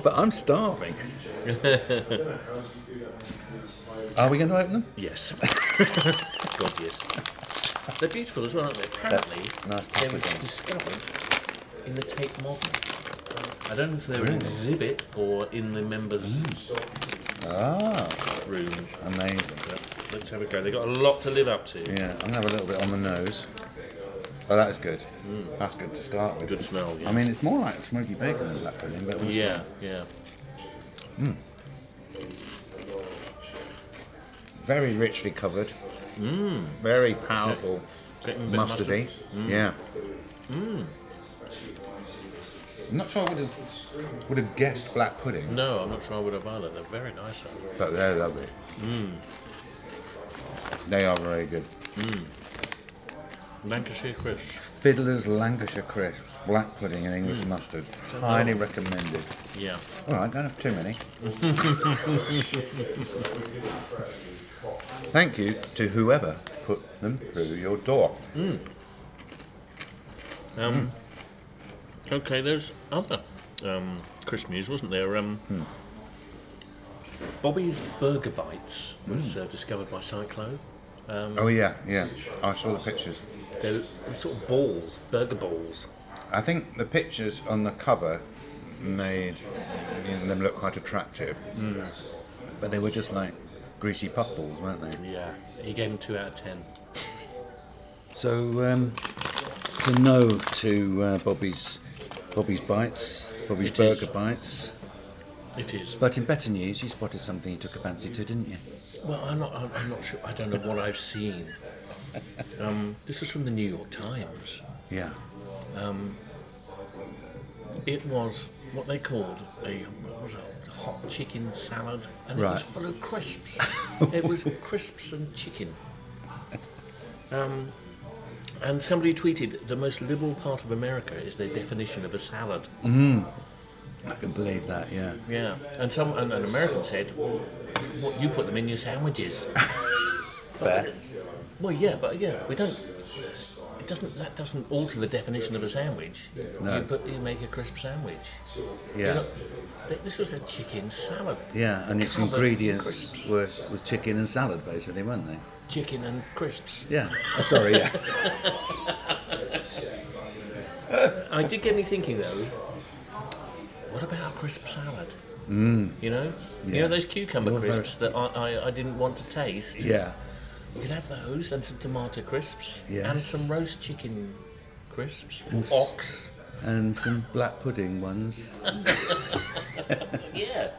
Speaker 1: But I'm starving. Are we going to open them?
Speaker 2: Yes. God, yes. They're beautiful as well, aren't they? Apparently,
Speaker 1: nice
Speaker 2: they were
Speaker 1: packaging.
Speaker 2: discovered in the Tate Modern. I don't know if they were in an exhibit or in the members'
Speaker 1: Mm. Ah,
Speaker 2: room.
Speaker 1: amazing.
Speaker 2: But let's have a go. They've got a lot to live up to.
Speaker 1: Yeah, I'm going to have a little bit on the nose. Oh, that is good.
Speaker 2: Mm.
Speaker 1: That's good to start with.
Speaker 2: Good smell, yeah.
Speaker 1: I mean, it's more like smoky bacon than black pudding, but it was-
Speaker 2: yeah, yeah.
Speaker 1: Very richly covered. Very powerful.
Speaker 2: Getting a Mm. bit of mustard. Mm.
Speaker 1: Mustardy. Yeah. I'm not sure I would have, would have guessed black pudding,
Speaker 2: No, I'm not sure I would have either. They're very nice. aren't they?
Speaker 1: but they're lovely.
Speaker 2: Mm.
Speaker 1: They are very good.
Speaker 2: Lancashire crisps.
Speaker 1: Fiddler's Lancashire crisps, black pudding and
Speaker 2: Mm.
Speaker 1: English mustard. Highly recommended.
Speaker 2: Yeah.
Speaker 1: All right, don't have too many. Thank you to whoever put them through your door.
Speaker 2: Um, Okay, there's other um, crisp news, wasn't there? Um, Bobby's Burger Bites was uh, discovered by Cyclone.
Speaker 1: Oh yeah, yeah. I saw the pictures.
Speaker 2: They're sort of balls, burger balls.
Speaker 1: I think the pictures on the cover made them look quite attractive, but they were just like greasy puffballs, weren't they?
Speaker 2: Yeah, he gave them two out of ten.
Speaker 1: So, um, so no to uh, Bobby's Bobby's bites, Bobby's
Speaker 2: It is.
Speaker 1: burger bites.
Speaker 2: It is.
Speaker 1: But in better news, you spotted something you took a fancy to, didn't you?
Speaker 2: Well, I'm not. I'm I'm not sure. I don't know what I've seen. Um, this is from the New York Times.
Speaker 1: Yeah.
Speaker 2: It was what they called a what was it, hot chicken salad, and it was
Speaker 1: Right.
Speaker 2: full of crisps. it was crisps and chicken. Um, and somebody tweeted, "The most liberal part of America is their definition of a salad."
Speaker 1: I can believe that. Yeah.
Speaker 2: Yeah, and some and an American said, "What you put them in your sandwiches?"
Speaker 1: Fair.
Speaker 2: Well, yeah, but yeah, we don't. It doesn't. That doesn't alter the definition of a sandwich.
Speaker 1: No.
Speaker 2: You put. You make a crisp sandwich. You
Speaker 1: Yeah.
Speaker 2: know, th- this was a chicken salad.
Speaker 1: Yeah, and its
Speaker 2: Covered
Speaker 1: ingredients
Speaker 2: crisps.
Speaker 1: were was chicken and salad, basically, weren't they?
Speaker 2: Chicken and crisps.
Speaker 1: Yeah. Oh, sorry. Yeah.
Speaker 2: I did get me thinking though. What about a crisp salad? Mm. You know, you
Speaker 1: Yeah.
Speaker 2: know those cucumber
Speaker 1: You're very-
Speaker 2: crisps that I, I, I didn't want to taste.
Speaker 1: yeah.
Speaker 2: You could have those and some tomato crisps
Speaker 1: Yes.
Speaker 2: and some roast chicken crisps or
Speaker 1: s-
Speaker 2: ox.
Speaker 1: And some black pudding ones.
Speaker 2: Yeah.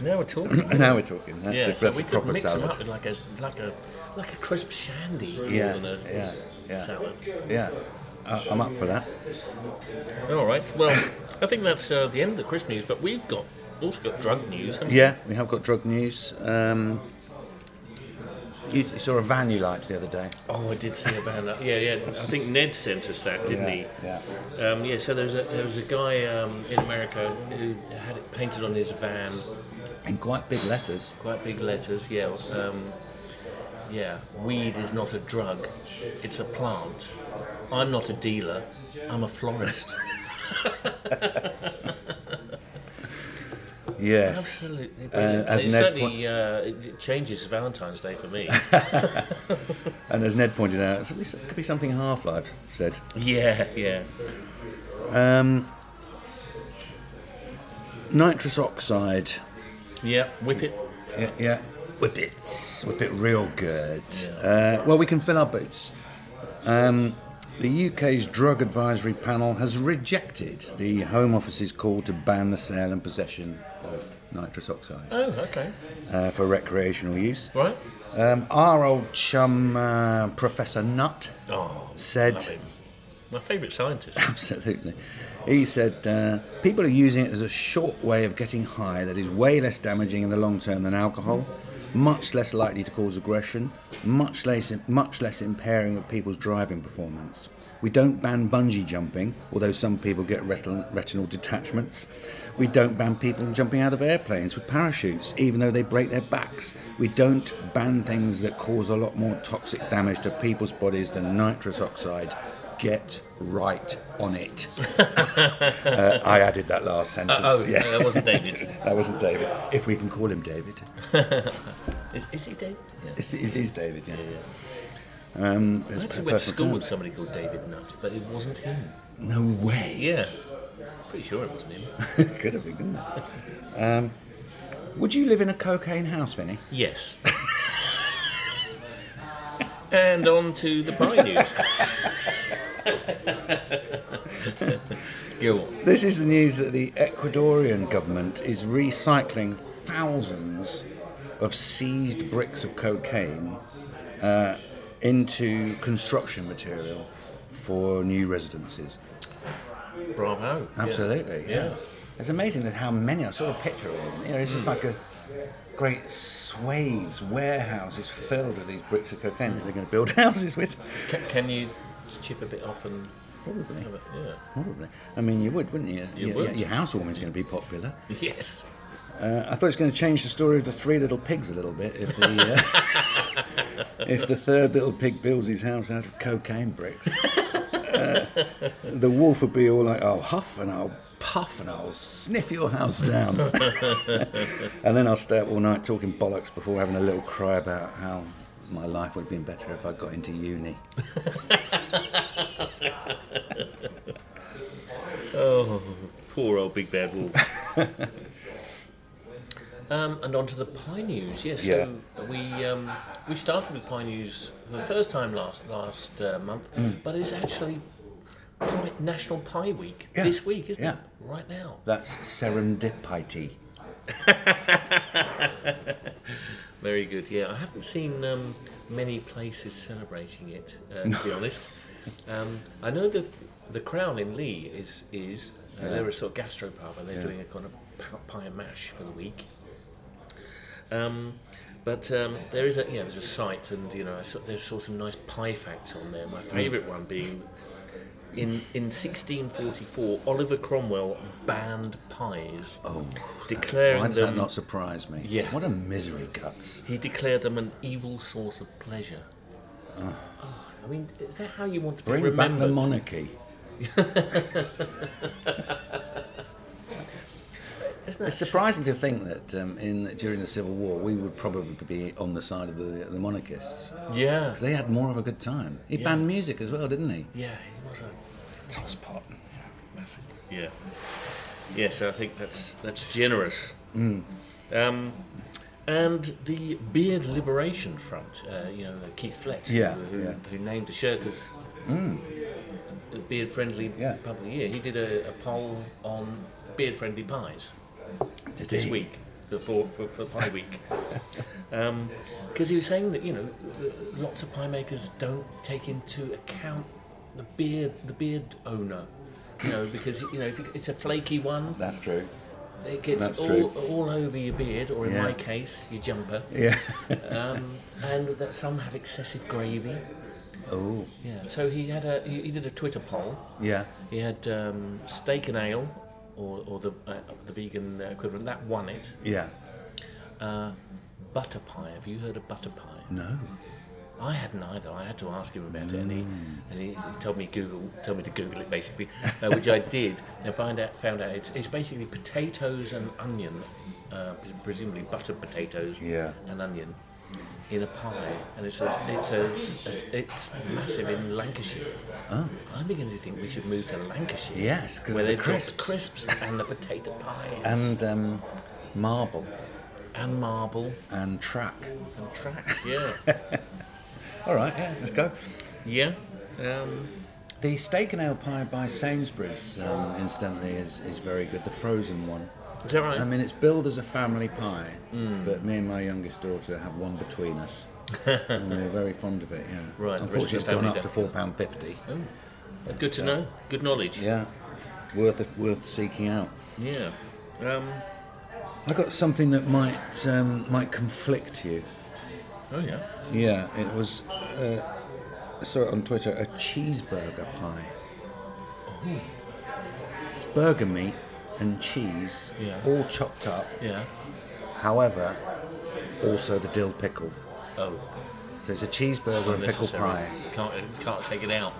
Speaker 2: Now we're talking.
Speaker 1: now we're talking. That's
Speaker 2: Yeah,
Speaker 1: a,
Speaker 2: so
Speaker 1: that's
Speaker 2: we
Speaker 1: a
Speaker 2: could
Speaker 1: proper
Speaker 2: mix them up
Speaker 1: salad.
Speaker 2: with like a like a like a crisp shandy
Speaker 1: Yeah,
Speaker 2: rather than a
Speaker 1: yeah, yeah.
Speaker 2: salad.
Speaker 1: Yeah. I, I'm up for that.
Speaker 2: All right. Well, I think that's uh, the end of the crisp news, but we've got also got drug news. haven't we?
Speaker 1: Yeah, we have got drug news. Um, you, you saw a van you liked the other day.
Speaker 2: Oh, I did see about that. Yeah, yeah. I think Ned sent us that, didn't he?
Speaker 1: Yeah.
Speaker 2: Um, yeah, so there's a there was a guy um, in America who had it painted on his van,
Speaker 1: In quite big letters.
Speaker 2: quite big letters. Yeah, um, yeah. Weed is not a drug; it's a plant. I'm not a dealer; I'm a florist.
Speaker 1: Yes.
Speaker 2: Absolutely.
Speaker 1: Uh, as
Speaker 2: it
Speaker 1: Ned
Speaker 2: certainly uh, it it changes Valentine's Day for me.
Speaker 1: And as Ned pointed out, it's- this could be something Half Life said.
Speaker 2: yeah, yeah.
Speaker 1: Um, nitrous oxide.
Speaker 2: Yeah, whip it.
Speaker 1: Yeah, yeah. Whip it. Whip it real good. Uh, well, we can fill our boots. Um, the UK's Drug Advisory Panel has rejected the Home Office's call to ban the sale and possession of nitrous oxide
Speaker 2: Oh, okay.
Speaker 1: uh, for recreational use.
Speaker 2: Right.
Speaker 1: Um, our old chum, uh, Professor Nutt,
Speaker 2: Oh,
Speaker 1: Said-
Speaker 2: love him. My favourite scientist.
Speaker 1: Absolutely. He said uh, people are using it as a short way of getting high that is way less damaging in the long term than alcohol, much less likely to cause aggression, much less, much less impairing of people's driving performance. We don't ban bungee jumping, although some people get retinal, retinal detachments. We don't ban people jumping out of airplanes with parachutes, even though they break their backs. We don't ban things that cause a lot more toxic damage to people's bodies than nitrous oxide get right on it. Uh, I added that last sentence.
Speaker 2: Oh,
Speaker 1: yeah.
Speaker 2: that wasn't David.
Speaker 1: That wasn't David. If we can call him David,
Speaker 2: Is, is he David? Yeah.
Speaker 1: it is it is David. Yeah. Um,
Speaker 2: I
Speaker 1: there's per-
Speaker 2: actually went to
Speaker 1: personal
Speaker 2: school with
Speaker 1: terms.
Speaker 2: somebody called David Nutt, but it wasn't him.
Speaker 1: No way.
Speaker 2: Yeah. Pretty sure it wasn't him.
Speaker 1: Could have been. Couldn't it? Um, would you live in a cocaine house, Vinny?
Speaker 2: Yes. and on to the pie news. Go on.
Speaker 1: This is the news that the Ecuadorian government is recycling thousands of seized bricks of cocaine uh, into construction material for new residences.
Speaker 2: Bravo. Yeah.
Speaker 1: Absolutely.
Speaker 2: Yeah. Hmm.
Speaker 1: It's amazing that how many. I saw a picture of them. You know, it's just like a great swathes, warehouses filled with these bricks of cocaine that they're going to build houses with.
Speaker 2: Can, can you chip a bit off and
Speaker 1: Probably.
Speaker 2: have it? Yeah.
Speaker 1: Probably. I mean, you would, wouldn't you?
Speaker 2: You
Speaker 1: your,
Speaker 2: would.
Speaker 1: Your housewarming's going to be popular.
Speaker 2: Yes.
Speaker 1: Uh, I thought it was going to change the story of the three little pigs a little bit if the, uh, if the third little pig builds his house out of cocaine bricks. Uh, the wolf would be all like, I'll huff and I'll puff and I'll sniff your house down. and then I'll stay up all night talking bollocks before having a little cry about how my life would have been better if I got into uni.
Speaker 2: Oh, poor old big bad wolf. um, and on to the pie news. Yes. So we um, we started with pie news for the first time last last uh, month,
Speaker 1: Mm.
Speaker 2: but it's actually Pie- National Pie Week
Speaker 1: Yeah.
Speaker 2: this week, isn't
Speaker 1: Yeah.
Speaker 2: it? Right now.
Speaker 1: That's serendipity.
Speaker 2: Very good. Yeah, I haven't seen um, many places celebrating it. Uh, to be honest, um, I know that the Crown in Lee is is uh, they're a sort of gastropub and they're doing a kind of pa- pie and mash for the week. Um, but um, there is a yeah, there's a site, and you know, I saw, there saw some nice pie facts on there.
Speaker 1: Mm.
Speaker 2: My favourite one being. In, in 1644, Oliver Cromwell banned pies,
Speaker 1: Oh,
Speaker 2: declaring
Speaker 1: why does
Speaker 2: them
Speaker 1: that not surprise me?
Speaker 2: Yeah.
Speaker 1: What a misery cuts.
Speaker 2: he declared them an evil source of pleasure. Oh, I mean, is that how you want to be
Speaker 1: Ah. Bring
Speaker 2: remembered?
Speaker 1: back the monarchy.
Speaker 2: Isn't that
Speaker 1: It's surprising to think that um, in during the Civil War we would probably be on the side of the, the monarchists.
Speaker 2: Yeah.
Speaker 1: They had more of a good time. He banned music as well, didn't he?
Speaker 2: Yeah, he was a
Speaker 1: Tosspot.
Speaker 2: massive. Yeah. Yeah, so I think that's that's generous.
Speaker 1: Mm.
Speaker 2: Um, and the Beard Liberation Front, uh, you know, Keith Flett,
Speaker 1: Yeah,
Speaker 2: who,
Speaker 1: yeah. Mm.
Speaker 2: who named the Sherkers Beard Friendly
Speaker 1: Yeah.
Speaker 2: Pub of the Year, he did a, a poll on beard friendly pies.
Speaker 1: Did
Speaker 2: this
Speaker 1: he?
Speaker 2: week before for, for pie week because he was saying that you know lots of pie makers don't take into account the beard the beard owner you know because you know if you- it's a flaky one
Speaker 1: That's true.
Speaker 2: it gets
Speaker 1: That's
Speaker 2: all,
Speaker 1: true.
Speaker 2: all over your beard or in
Speaker 1: Yeah.
Speaker 2: my case your jumper
Speaker 1: Yeah.
Speaker 2: um, and that some have excessive gravy
Speaker 1: oh.
Speaker 2: yeah so he had a he, he did a twitter poll
Speaker 1: Yeah.
Speaker 2: he had um, steak and ale or, or the uh, the vegan equivalent that won it
Speaker 1: Yeah.
Speaker 2: uh, butter pie. Have you heard of butter pie?
Speaker 1: No.
Speaker 2: I hadn't either. I had to ask him about it, and he and he, he told me Google told me to Google it basically, uh, which I did, and find out found out it's, it's basically potatoes and onion, uh, pre- presumably buttered potatoes
Speaker 1: Yeah.
Speaker 2: and onion, in a pie, and it's a, it's a, it's- it's massive in Lancashire.
Speaker 1: Oh.
Speaker 2: I'm beginning to think we should move to Lancashire.
Speaker 1: Yes, 'cause
Speaker 2: where
Speaker 1: of the
Speaker 2: they've got
Speaker 1: crisps.
Speaker 2: the crisps and the potato pies
Speaker 1: And um, marble
Speaker 2: and marble
Speaker 1: and track.
Speaker 2: and track. Yeah,
Speaker 1: All right. Yeah. Let's go.
Speaker 2: yeah. Um,
Speaker 1: The steak and ale pie by Sainsbury's, um, incidentally, is, is very good. The frozen one.
Speaker 2: Is that right?
Speaker 1: I mean, it's billed as a family pie, but me and my youngest daughter have one between us. and we're very fond of it, yeah.
Speaker 2: Right, the rest
Speaker 1: Unfortunately,
Speaker 2: of
Speaker 1: it's
Speaker 2: the
Speaker 1: gone up
Speaker 2: family
Speaker 1: to
Speaker 2: don't.
Speaker 1: £4.50.
Speaker 2: Oh, good to know. Good knowledge.
Speaker 1: Yeah, worth, worth seeking out.
Speaker 2: Yeah. Um,
Speaker 1: I got something that might, um, might conflict you.
Speaker 2: oh yeah.
Speaker 1: Yeah, it was, uh, I saw it on Twitter, a cheeseburger pie.
Speaker 2: Oh.
Speaker 1: It's burger meat and cheese,
Speaker 2: Yeah.
Speaker 1: all chopped up,
Speaker 2: Yeah.
Speaker 1: however, also the dill pickle.
Speaker 2: Oh.
Speaker 1: So it's a cheeseburger and pickle
Speaker 2: unnecessary.
Speaker 1: pie.
Speaker 2: You Can't you can't take it out.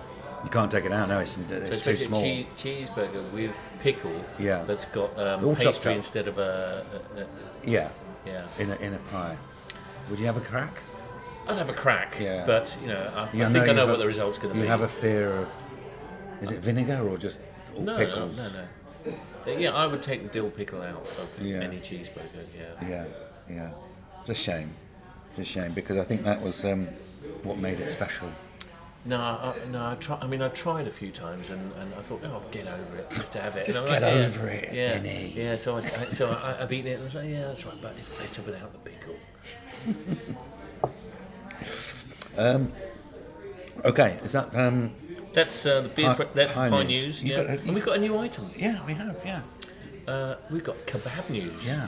Speaker 1: You can't take it out. No, it's, it's
Speaker 2: so
Speaker 1: too
Speaker 2: it's
Speaker 1: small.
Speaker 2: a cheese, cheeseburger with pickle.
Speaker 1: Yeah.
Speaker 2: That's got um,
Speaker 1: All chopped
Speaker 2: pastry
Speaker 1: up.
Speaker 2: instead of a, a, a-
Speaker 1: Yeah,
Speaker 2: Yeah.
Speaker 1: in a, in a pie. Would you have a crack?
Speaker 2: I'd have a crack.
Speaker 1: Yeah.
Speaker 2: But you know, I,
Speaker 1: Yeah,
Speaker 2: I think I
Speaker 1: you
Speaker 2: know
Speaker 1: have
Speaker 2: what
Speaker 1: a-
Speaker 2: the result's going to
Speaker 1: You
Speaker 2: be.
Speaker 1: have a fear of, is it vinegar or just all
Speaker 2: no, no,
Speaker 1: pickles?
Speaker 2: no, no. But Yeah, I would take the dill pickle out of
Speaker 1: Yeah.
Speaker 2: any cheeseburger. Yeah.
Speaker 1: Yeah, yeah. It's a shame. It's a shame because I think that was um, what made it special.
Speaker 2: No, I, no. I, try, I mean, I tried a few times, and, and I thought, oh, get over it, just have it.
Speaker 1: Just
Speaker 2: And I'm
Speaker 1: get
Speaker 2: yeah,
Speaker 1: over it,
Speaker 2: yeah,
Speaker 1: Benny.
Speaker 2: Yeah. So I, I so I, I've eaten it, and I was like, yeah, that's right, but it's better without the pickle.
Speaker 1: Okay, is that um?
Speaker 2: That's uh, the beer.
Speaker 1: Hi-
Speaker 2: fr- that's
Speaker 1: hi
Speaker 2: pie
Speaker 1: news.
Speaker 2: news.
Speaker 1: You
Speaker 2: yeah.
Speaker 1: got a-
Speaker 2: and we've got a new item.
Speaker 1: Yeah, we have. Yeah,
Speaker 2: Uh, we've got kebab news.
Speaker 1: yeah.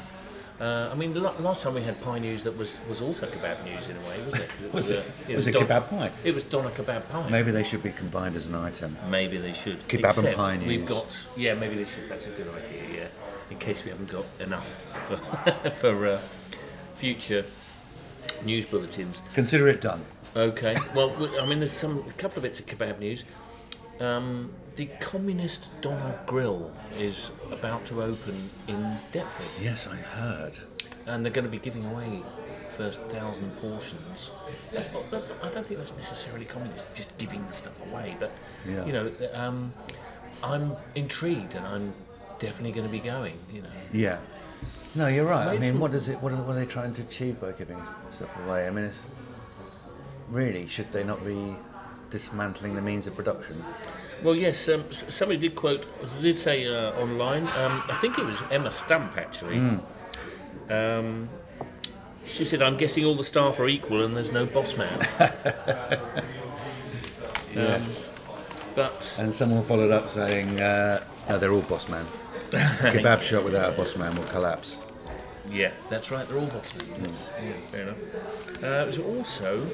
Speaker 2: Uh, I mean, la- last time we had pie news that was, was also kebab news in a way, wasn't it? 'Cause It
Speaker 1: Was it?
Speaker 2: it
Speaker 1: Was it
Speaker 2: Don-
Speaker 1: kebab pie?
Speaker 2: It was Donna kebab pie.
Speaker 1: Maybe they should be combined as an item.
Speaker 2: Maybe they should.
Speaker 1: Kebab and
Speaker 2: Except
Speaker 1: pie news.
Speaker 2: We've got yeah. Maybe they should. That's a good idea. Yeah. In case we haven't got enough for for uh, future news bulletins.
Speaker 1: Consider it done.
Speaker 2: Okay. Well, we- I mean, there's some a couple of bits of kebab news. Um, the communist Donna Grill is about to open in Deptford,
Speaker 1: Yes, I heard.
Speaker 2: and they're going to be giving away first thousand portions. That's not, that's not, I don't think that's necessarily communist, just giving stuff away. But
Speaker 1: Yeah.
Speaker 2: you know, th- um, I'm intrigued, and I'm definitely going to be going. You know,
Speaker 1: Yeah. No, you're right. I
Speaker 2: made
Speaker 1: mean,
Speaker 2: some-
Speaker 1: what is it? What are, what are they trying to achieve by giving stuff away? I mean, it's really should they not be dismantling the means of production?
Speaker 2: Well, yes, um, s- somebody did quote, did say uh, online, um, I think it was Emma Stamp actually. Um,
Speaker 1: Hmm.
Speaker 2: she said, I'm guessing all the staff are equal and there's no boss man. Um,
Speaker 1: Yes.
Speaker 2: But
Speaker 1: And someone followed up saying, uh, "No, they're all boss man. Kebab shop without a boss man will collapse."
Speaker 2: yeah, that's right, they're all boss men. That's, yeah, fair enough. Uh, it was also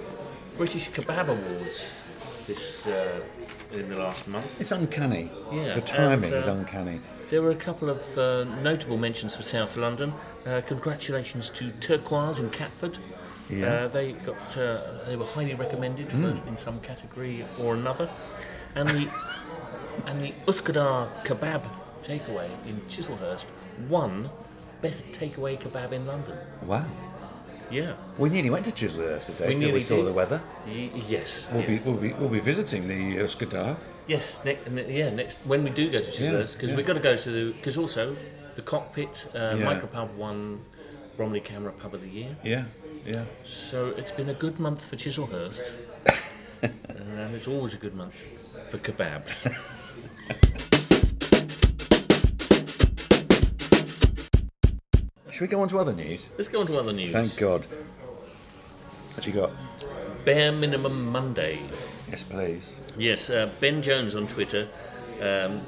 Speaker 2: British Kebab Awards this uh, in the last month.
Speaker 1: It's uncanny.
Speaker 2: Yeah,
Speaker 1: The timing
Speaker 2: and,
Speaker 1: is
Speaker 2: uh,
Speaker 1: uncanny.
Speaker 2: There were a couple of uh, notable mentions for South London. Uh, congratulations to Turquoise in Catford.
Speaker 1: Yeah.
Speaker 2: Uh, they got uh, they were highly recommended for, in some category or another, and the and the Uskadar kebab takeaway in Chislehurst won best takeaway kebab in London.
Speaker 1: Wow.
Speaker 2: Yeah.
Speaker 1: We nearly went to Chislehurst today till we
Speaker 2: nearly
Speaker 1: saw
Speaker 2: did.
Speaker 1: the weather.
Speaker 2: Y- yes.
Speaker 1: We'll
Speaker 2: yeah.
Speaker 1: be we'll be we'll be visiting the uh, Escadar.
Speaker 2: Yes, ne- ne- yeah. Next, when we do go to Chislehurst, because
Speaker 1: yeah.
Speaker 2: we've got to go to the because also the cockpit uh,
Speaker 1: Yeah.
Speaker 2: micropub won Bromley Camera Pub of the Year.
Speaker 1: Yeah, yeah.
Speaker 2: So it's been a good month for Chislehurst, and it's always a good month for kebabs.
Speaker 1: Should we go on to other news?
Speaker 2: Let's go on to other news.
Speaker 1: Thank God. What you got?
Speaker 2: Bare minimum Monday.
Speaker 1: Yes, please.
Speaker 2: Yes, uh, Ben Jones on Twitter um,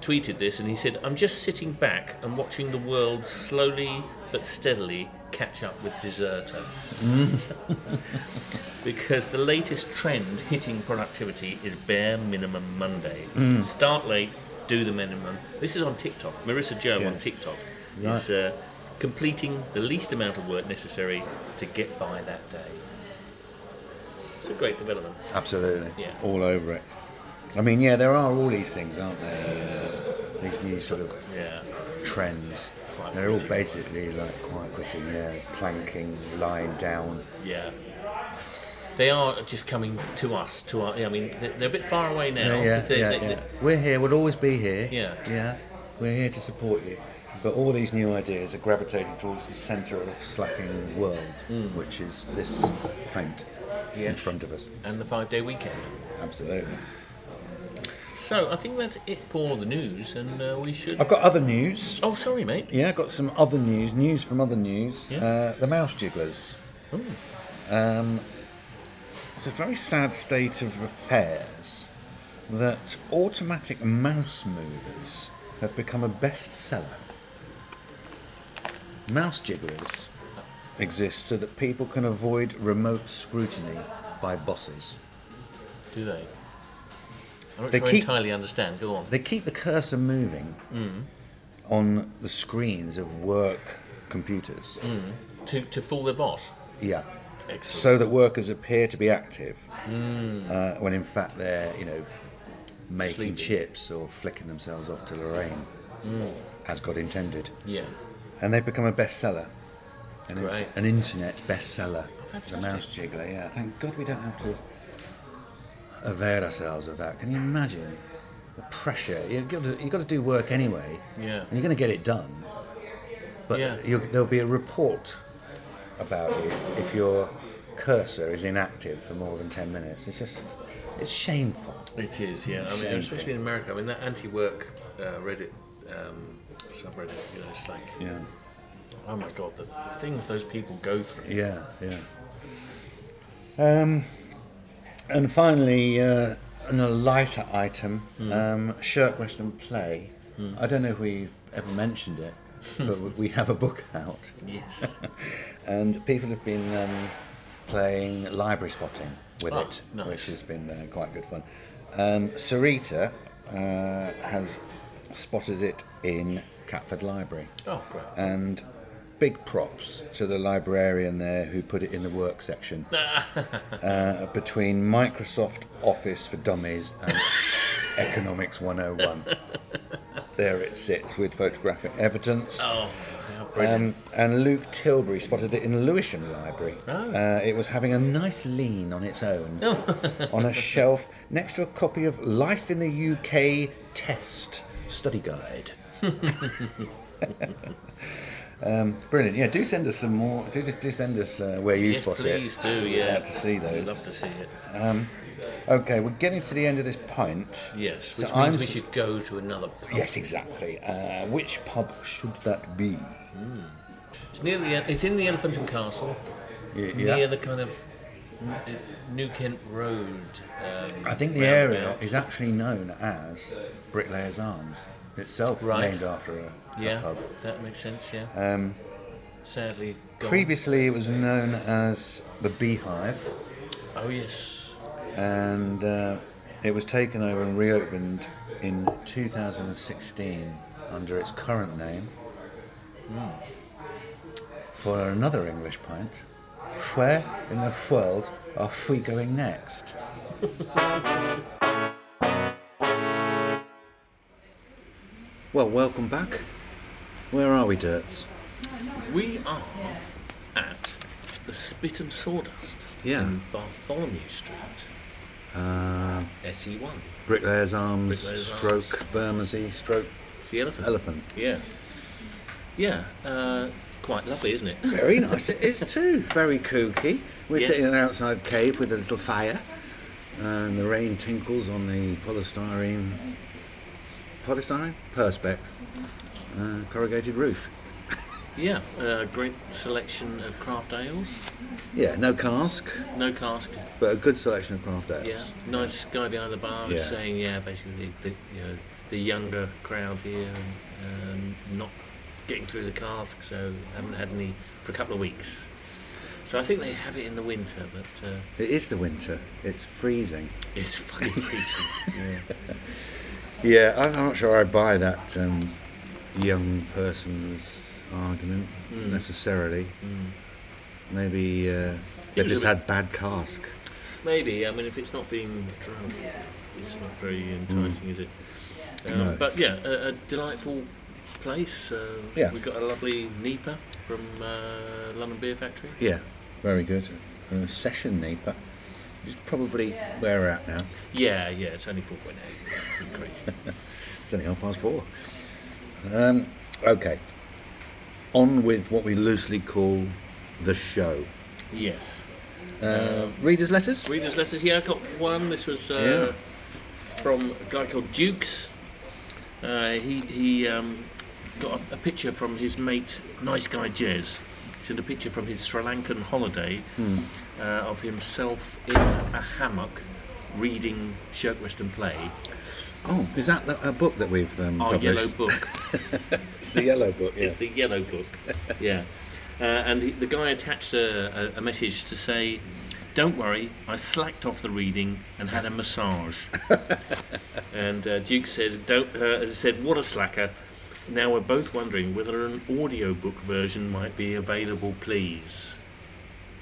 Speaker 2: tweeted this, and he said, "I'm just sitting back and watching the world slowly but steadily catch up with deserter." because the latest trend hitting productivity is bare minimum Monday. Start late, do the minimum. This is on TikTok. Marissa Joe
Speaker 1: Yeah.
Speaker 2: on TikTok is uh, completing the least amount of work necessary to get by that day. It's a great development.
Speaker 1: Absolutely.
Speaker 2: Yeah.
Speaker 1: All over it. I mean, yeah, there are all these things, aren't there? Uh, these new sort of
Speaker 2: Yeah.
Speaker 1: trends.
Speaker 2: Quite
Speaker 1: They're all
Speaker 2: quitting.
Speaker 1: basically like quiet quitting, yeah, planking, lying down.
Speaker 2: Yeah. They are just coming to us. To our, I mean, they're, they're a bit far away now.
Speaker 1: Yeah, yeah,
Speaker 2: They-
Speaker 1: yeah,
Speaker 2: they- they-
Speaker 1: yeah. We're here. We'll always be here.
Speaker 2: Yeah.
Speaker 1: yeah. We're here to support you. But all these new ideas are gravitating towards the centre of slacking world, which is this pint in
Speaker 2: Hmm. Yes.
Speaker 1: front of us.
Speaker 2: And the five-day weekend.
Speaker 1: Absolutely.
Speaker 2: So I think that's it for the news, and uh, we should.
Speaker 1: I've got other news.
Speaker 2: Oh, sorry, mate.
Speaker 1: Yeah, I've got some other news. News from other news.
Speaker 2: Yeah.
Speaker 1: Uh, the Mouse Jigglers. Um,
Speaker 2: Oh,
Speaker 1: It's a very sad state of affairs that automatic mouse movers have become a bestseller. Mouse jigglers exist so that people can avoid remote scrutiny by bosses.
Speaker 2: do they? I'm not
Speaker 1: They
Speaker 2: sure I
Speaker 1: keep-
Speaker 2: entirely understand. Go on.
Speaker 1: They keep the cursor moving on the screens of work computers.
Speaker 2: To, to fool their boss.
Speaker 1: Yeah.
Speaker 2: Excellent.
Speaker 1: So that workers appear to be active uh, when in fact they're, you know, making
Speaker 2: Hmm. Sleeping. Hmm.
Speaker 1: chips or flicking themselves off to Lorraine as God intended.
Speaker 2: yeah.
Speaker 1: And they've become a bestseller. An, in-
Speaker 2: Great.
Speaker 1: an internet bestseller. the
Speaker 2: fantastic.
Speaker 1: Mouse Jiggler, yeah. Thank God we don't have to avail ourselves of that. Can you imagine the pressure? You've got to, you've got to do work anyway.
Speaker 2: Yeah.
Speaker 1: And you're going to get it done. But
Speaker 2: Yeah.
Speaker 1: you'll, there'll be a report about you if you're cursor is inactive for more than 10 minutes. It's just, it's shameful.
Speaker 2: It is, yeah. I mean,
Speaker 1: Shameful.
Speaker 2: especially in America. I mean, that anti-work uh, Reddit um, subreddit. You know, it's like,
Speaker 1: Yeah.
Speaker 2: oh my god, the, the things those people go through.
Speaker 1: Yeah, yeah. Um, and finally, uh, on a lighter item, um, Shirk Western Play. I don't know if we've ever mentioned it, but we- we have a book out,
Speaker 2: Yes.
Speaker 1: and people have been um, playing library spotting with
Speaker 2: Ah,
Speaker 1: it, which
Speaker 2: nice.
Speaker 1: has been uh, quite good fun. Um, Sarita uh, has spotted it in Catford Library
Speaker 2: oh, great.
Speaker 1: and big props to the librarian there who put it in the work section
Speaker 2: Ah,
Speaker 1: uh, between Microsoft Office for Dummies and Economics 101. there it sits with photographic evidence.
Speaker 2: oh, how
Speaker 1: Um,
Speaker 2: brilliant.
Speaker 1: and Luke Tilbury spotted it in Lewisham Library.
Speaker 2: Oh.
Speaker 1: Uh, it was having a nice lean on its own
Speaker 2: Oh.
Speaker 1: on a shelf next to a copy of Life in the UK Test Study Guide. um, brilliant. Yeah, do send us some more. Do, do send us uh, where you
Speaker 2: yes,
Speaker 1: spot
Speaker 2: please
Speaker 1: it.
Speaker 2: do. Yeah.
Speaker 1: Glad to see
Speaker 2: I'd
Speaker 1: those.
Speaker 2: love to see it.
Speaker 1: Okay, we're getting to the end of this pint.
Speaker 2: Yes,
Speaker 1: So
Speaker 2: which
Speaker 1: I'm
Speaker 2: means we
Speaker 1: s-
Speaker 2: should go to another pub.
Speaker 1: Yes, exactly. Uh, which pub should that be?
Speaker 2: It's near the. e, It's in the Elephant and Castle,
Speaker 1: Y-
Speaker 2: near the kind of n- New Kent Road. Um,
Speaker 1: I think the area
Speaker 2: roundabout.
Speaker 1: is actually known as Bricklayer's Arms itself,
Speaker 2: Right.
Speaker 1: named after a, a
Speaker 2: Yeah,
Speaker 1: pub.
Speaker 2: that makes sense. Yeah. Um, Sadly. gone.
Speaker 1: Previously, it was known as the Beehive,
Speaker 2: Oh yes.
Speaker 1: and uh, it was taken over and reopened in 2016 under its current name Hmm. for another English pint. Where in the world are we going next? well, welcome back. Where are we, Dirts?
Speaker 2: We are at the Spit and Sawdust
Speaker 1: Yeah.
Speaker 2: in Bartholomew Street, E
Speaker 1: Uh,
Speaker 2: SE1,
Speaker 1: Bricklayer's Arms,
Speaker 2: Bricklayer's
Speaker 1: stroke, Bermondsey, stroke,
Speaker 2: the Elephant.
Speaker 1: elephant.
Speaker 2: Yeah. Yeah. Uh, quite lovely, isn't it?
Speaker 1: Very nice it is too. Very kooky. We're
Speaker 2: Yeah.
Speaker 1: sitting in an outside cave with a little fire, and the rain tinkles on the polystyrene, polystyrene perspex, uh, corrugated roof.
Speaker 2: yeah. Uh, great selection of craft ales.
Speaker 1: Yeah, no cask,
Speaker 2: No cask
Speaker 1: but a good selection of craft ales.
Speaker 2: Yeah, nice guy behind the bar was
Speaker 1: Yeah.
Speaker 2: saying, yeah, basically the, the, you know, the younger crowd here um, not getting through the cask, so haven't had any for a couple of weeks. So I think they have it in the winter, but uh,
Speaker 1: It is the winter. It's freezing.
Speaker 2: it's fucking freezing.
Speaker 1: Yeah, I'm not sure I buy that um, young person's argument necessarily.
Speaker 2: Mm.
Speaker 1: Maybe uh,
Speaker 2: It
Speaker 1: they've
Speaker 2: was
Speaker 1: just
Speaker 2: a bit-
Speaker 1: had bad cask.
Speaker 2: Maybe I mean if it's not being drunk, it's not very enticing, is it? Um,
Speaker 1: Mm. No.
Speaker 2: But yeah, a, a delightful place. Uh,
Speaker 1: Yeah.
Speaker 2: we've got a lovely Nipah from uh, London Beer Factory.
Speaker 1: Yeah, very good. Uh, session Nipah is probably where we're at now.
Speaker 2: Yeah, yeah, it's only four point eight. It's crazy.
Speaker 1: It's only half past four. Um, okay, on with what we loosely call the show.
Speaker 2: yes.
Speaker 1: Uh, readers' letters.
Speaker 2: Readers' letters. Yeah, I got one. This was uh, from a guy called Dukes. Uh, he he um, got a, a picture from his mate, nice guy Jez. He sent a picture from his Sri Lankan holiday uh, of himself in a hammock reading Shirk Western Play,
Speaker 1: Oh, is that the, a book that we've um,
Speaker 2: Our
Speaker 1: published?
Speaker 2: Yellow Book.
Speaker 1: It's the yellow book. Yeah.
Speaker 2: It's the yellow book. yeah. Uh, and the, the guy attached a, a, a message to say, Don't worry, I slacked off the reading and had a massage. and uh, Duke said, Don't, uh, As I said, what a slacker. Now we're both wondering whether an audiobook version might be available, please.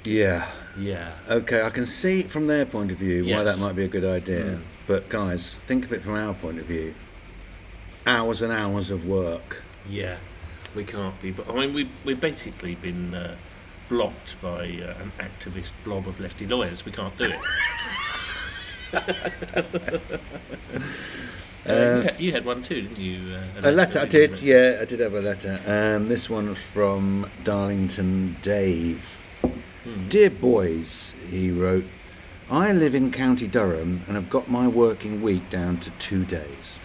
Speaker 1: yeah.
Speaker 2: Yeah.
Speaker 1: Okay, I can see from their point of view why
Speaker 2: Yes. Mm.
Speaker 1: that might be a good idea. But guys, think of it from our point of view. Hours and hours of work.
Speaker 2: Yeah. We can't be. But I mean, we've, we've basically been uh, blocked by uh, an activist blob of lefty lawyers. We can't do it. Uh, you, had, you had one too, didn't you? Uh,
Speaker 1: A letter, I
Speaker 2: that you
Speaker 1: did,
Speaker 2: mentioned?
Speaker 1: yeah, I did have a letter. Um, this one was from Darlington Dave. Dear boys, he wrote, I live in County Durham and have got my working week down to two days.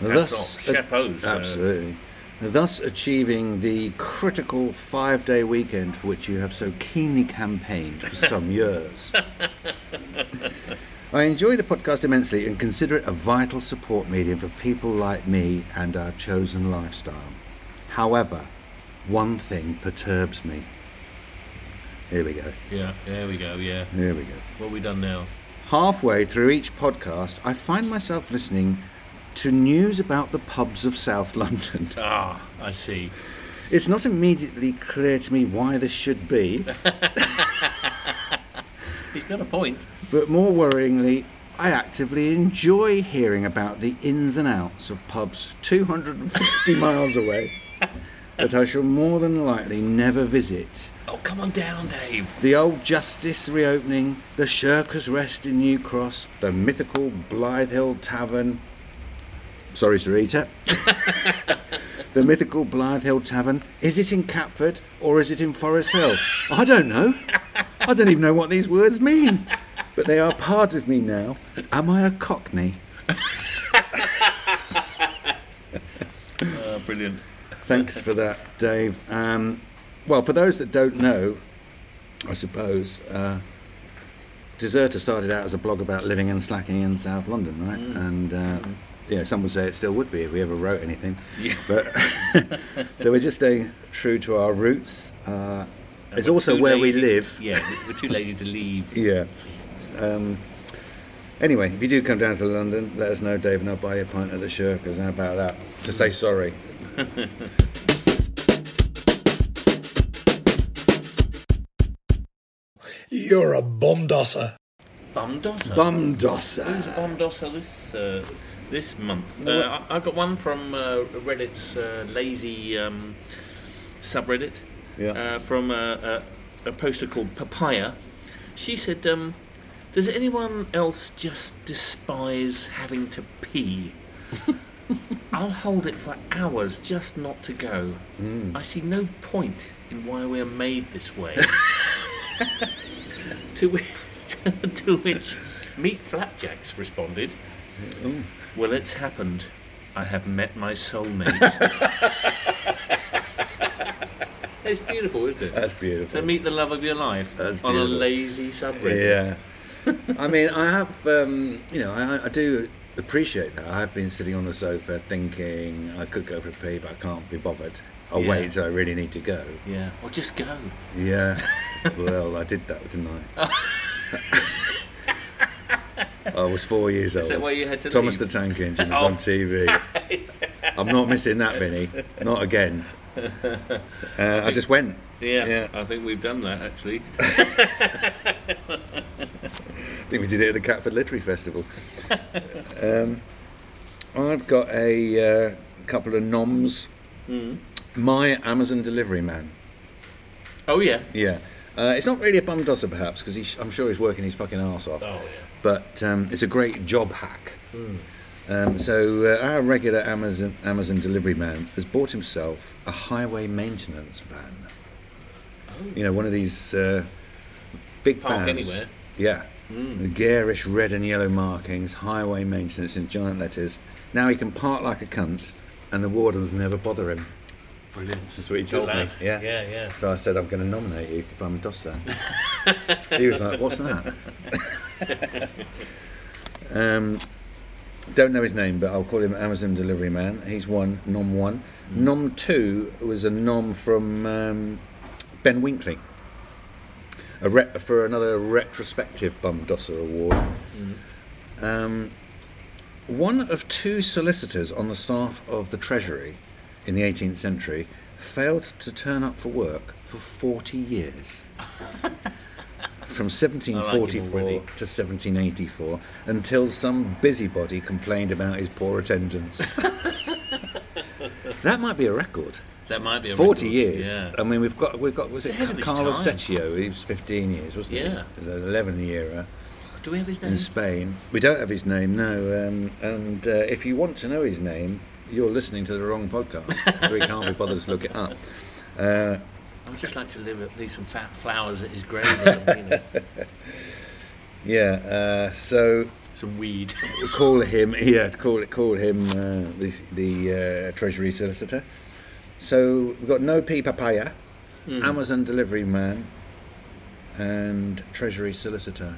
Speaker 3: Hats off. Chapeau, sir.
Speaker 1: absolutely. Thus achieving the critical five day weekend for which you have so keenly campaigned for some years. I enjoy the podcast immensely and consider it a vital support medium for people like me and our chosen lifestyle. However, one thing perturbs me. Here we go.
Speaker 2: Yeah, there we go, yeah.
Speaker 1: Here we go.
Speaker 2: What have we done now?
Speaker 1: Halfway through each podcast, I find myself listening to news about the pubs of South London.
Speaker 2: Ah, I see.
Speaker 1: It's not immediately clear to me why this should be,
Speaker 2: He's got a point.
Speaker 1: but more worryingly, I actively enjoy hearing about the ins and outs of pubs 250 miles away that I shall more than likely never visit.
Speaker 2: Oh, come on down, Dave.
Speaker 1: The old Justice reopening, the Shirkers Rest in New Cross, the mythical Blythe Hill Tavern. Sorry, Sarita. the mythical Blythe Hill Tavern. Is it in Catford or is it in Forest Hill? I don't know. I don't even know what these words mean. But they are part of me now. Am I a cockney?
Speaker 2: Ah, brilliant.
Speaker 1: Thanks for that, Dave. Um, well, for those that don't know, I suppose, uh, Deserter started out as a blog about living and slacking in South London, right? And uh, yeah, some would say it still would be if we ever wrote anything.
Speaker 2: Yeah.
Speaker 1: But so we're just staying true to our roots. Uh,
Speaker 2: And
Speaker 1: it's
Speaker 2: we're
Speaker 1: also
Speaker 2: too
Speaker 1: where we
Speaker 2: lazy to-
Speaker 1: live.
Speaker 2: yeah, we- we're too lazy to leave.
Speaker 1: Yeah. Um, anyway, if you do come down to London, let us know, Dave, and I'll buy you a pint at the Shirkers. How about that? To say sorry.
Speaker 4: You're a bombdosser.
Speaker 2: Bumdosser.
Speaker 1: Bumdosser.
Speaker 2: Who's a bumdosser this uh, this month? Uh, I, I've got one from uh, Reddit's uh, lazy um, subreddit.
Speaker 1: Yeah.
Speaker 2: Uh, from a, a, a poster called Papaya. She said, um, "Does anyone else just despise having to pee?" I'll hold it for hours just not to go. I see no point in why we're made this way. to, which, to which Meat Flapjacks responded, Well, it's happened. I have met my soulmate. it's beautiful, isn't it?
Speaker 1: That's beautiful.
Speaker 2: to meet the love of your life
Speaker 1: That's
Speaker 2: on a
Speaker 1: beautiful.
Speaker 2: lazy subreddit.
Speaker 1: Yeah. I mean, I have, um, you know, I, I do appreciate that. I have been sitting on the sofa thinking I could go for a pee, but I can't be bothered. I'll
Speaker 2: Yeah.
Speaker 1: wait until I really need to go.
Speaker 2: Yeah. Or just go.
Speaker 1: Yeah. well, I did that, didn't I? I was four years old.
Speaker 2: that why you had to
Speaker 1: Thomas
Speaker 2: leave? Oh.
Speaker 1: the Tank Engine was on TV. I'm not missing that, Vinny. Not again. Uh, I just went.
Speaker 2: Yeah,
Speaker 1: Yeah.
Speaker 2: I think we've done that actually.
Speaker 1: I think we did it at the Catford Literary Festival. um, I've got a uh, couple of noms. My Amazon delivery man.
Speaker 2: Oh yeah.
Speaker 1: Yeah. Uh, it's not really a bum dosser, perhaps, because I'm sure he's working his fucking arse off.
Speaker 2: Oh yeah.
Speaker 1: But um, it's a great job hack. Um, so uh, our regular Amazon Amazon delivery man has bought himself a highway maintenance van. You know, one of these uh, big
Speaker 2: Park
Speaker 1: vans.
Speaker 2: anywhere.
Speaker 1: Yeah. The garish red and yellow markings, highway maintenance in giant letters. Now he can park like a cunt, and the wardens never bother him.
Speaker 2: Brilliant.
Speaker 1: That's what he told me.
Speaker 2: lad. Yeah, yeah.
Speaker 1: So I said, I'm going to nominate you for Bum Doster. he was like, What's that? um, don't know his name, but I'll call him Amazon Delivery Man. He's one, Nom one. Nom two was a nom from um, Ben Winkley. A re- for another retrospective Bum Dosser award. Um, one of two solicitors on the staff of the Treasury in the 18th century failed to turn up for work for 40 years. From 1744
Speaker 2: already.
Speaker 1: to 1784, until some busybody complained about his poor attendance. that might be a record.
Speaker 2: That might be a
Speaker 1: 40
Speaker 2: record.
Speaker 1: years.
Speaker 2: Oh Yeah.
Speaker 1: I mean, we've got we've got was it
Speaker 2: ahead of his
Speaker 1: Carlos
Speaker 2: time.
Speaker 1: Secchio? He was 15 years, wasn't he?
Speaker 2: Yeah.
Speaker 1: It was an 11 yearer
Speaker 2: Do we have his name?
Speaker 1: in Spain. We don't have his name, no. Um, and uh, if you want to know his name, you're listening to the wrong podcast. so we can't be bothered to look it up. Uh,
Speaker 2: I would just like to leave, leave some fat flowers at his grave or something, you know,
Speaker 1: Yeah, uh, so
Speaker 2: some weed.
Speaker 1: we'll call him. Yeah, call it. Call him uh, the the uh, Treasury solicitor. So we've got No P Papaya,
Speaker 2: Mm-hmm.
Speaker 1: Amazon delivery man, and Treasury solicitor.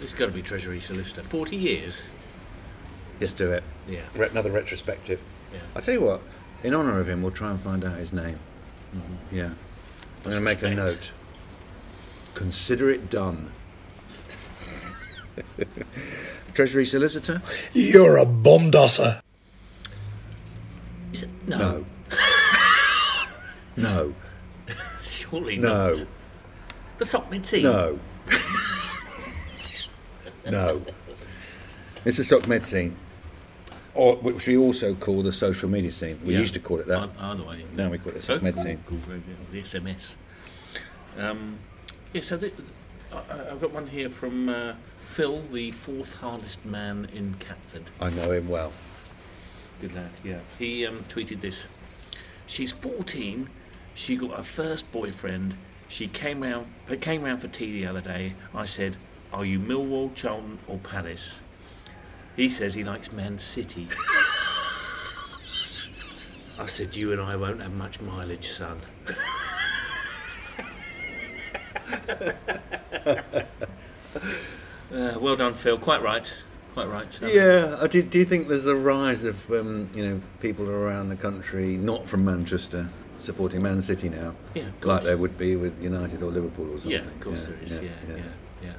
Speaker 2: it's got to be Treasury Solicitor. 40 years?
Speaker 1: Let's do it.
Speaker 2: Yeah.
Speaker 1: Re- another retrospective.
Speaker 2: Yeah.
Speaker 1: I tell you what. In honour of him, we'll try and find out his name. Mm-hmm. Yeah. I'm going to make a
Speaker 2: respect.
Speaker 1: note. Consider it done. Treasury solicitor.
Speaker 4: You're a bombasser.
Speaker 2: Is it? No.
Speaker 1: No. no.
Speaker 2: Surely
Speaker 1: No.
Speaker 2: not. The Sockman team?
Speaker 1: No. no. It's the stock med scene, or which we also call the social media scene. We
Speaker 2: Yeah. Uh,
Speaker 1: used to call it that.
Speaker 2: Ei- Either way.
Speaker 1: now we call it the
Speaker 2: So
Speaker 1: stock med
Speaker 2: cool,
Speaker 1: scene.
Speaker 2: cool, great, yeah, The SMS. Um, yeah, so the, I, I- I've got one here from uh, Phil, the fourth hardest man in Catford.
Speaker 1: I know him well.
Speaker 2: Good lad, yeah. He um, tweeted this She's 14, she got her first boyfriend, she came round, but came round for tea the other day. I said, Are you Millwall, Charlton, or Palace? He says he likes Man City. I said, You and I won't have much mileage, son. uh, well done, Phil. Quite right. Quite right. Um,
Speaker 1: Yeah. I Do, do you think there's the rise of um, you know people around the country not from Manchester supporting Man City now?
Speaker 2: Yeah, of
Speaker 1: Like
Speaker 2: course.
Speaker 1: there would be with United or Liverpool or something.
Speaker 2: Yeah, of course there is. Yeah, yeah, yeah,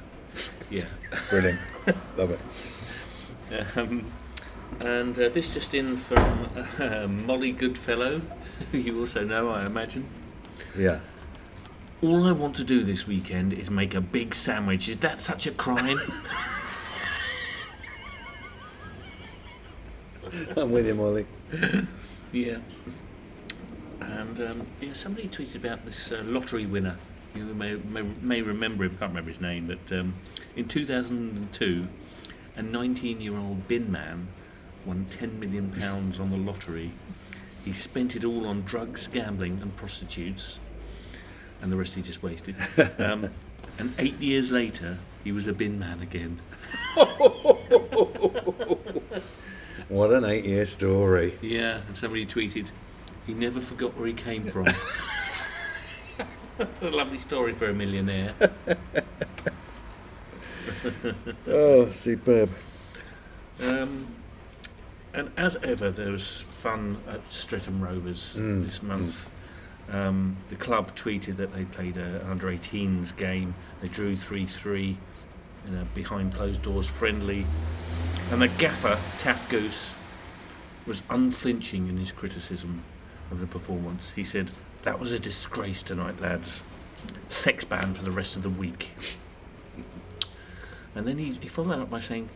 Speaker 2: yeah.
Speaker 1: Brilliant. Love it.
Speaker 2: Um, and uh, this just in from uh, Molly Goodfellow, who you also know, I imagine.
Speaker 1: Yeah.
Speaker 2: All I want to do this weekend is make a big sandwich. Is that such a crime?
Speaker 1: I'm with you, Molly.
Speaker 2: yeah. And um, yeah, somebody tweeted about this uh, lottery winner. You may, may, may remember him, can't remember his name, but um, in 2002, a 19 year old bin man won £10 million on the lottery. He spent it all on drugs, gambling, and prostitutes, and the rest he just wasted. Um, and eight years later, he was a bin man again.
Speaker 1: What an eight-year story.
Speaker 2: Yeah, and somebody tweeted, he never forgot where he came from. That's a lovely story for a millionaire.
Speaker 1: Oh, superb.
Speaker 2: Um, and as ever, there was fun at Streatham Rovers this month. Um, the club tweeted that they played a an under 18s game. They drew 3 3 in a behind closed doors friendly. And the gaffer, Taff Goose, was unflinching in his criticism of the performance. He said, That was a disgrace tonight, lads. Sex ban for the rest of the week. And then he, he followed that up by saying,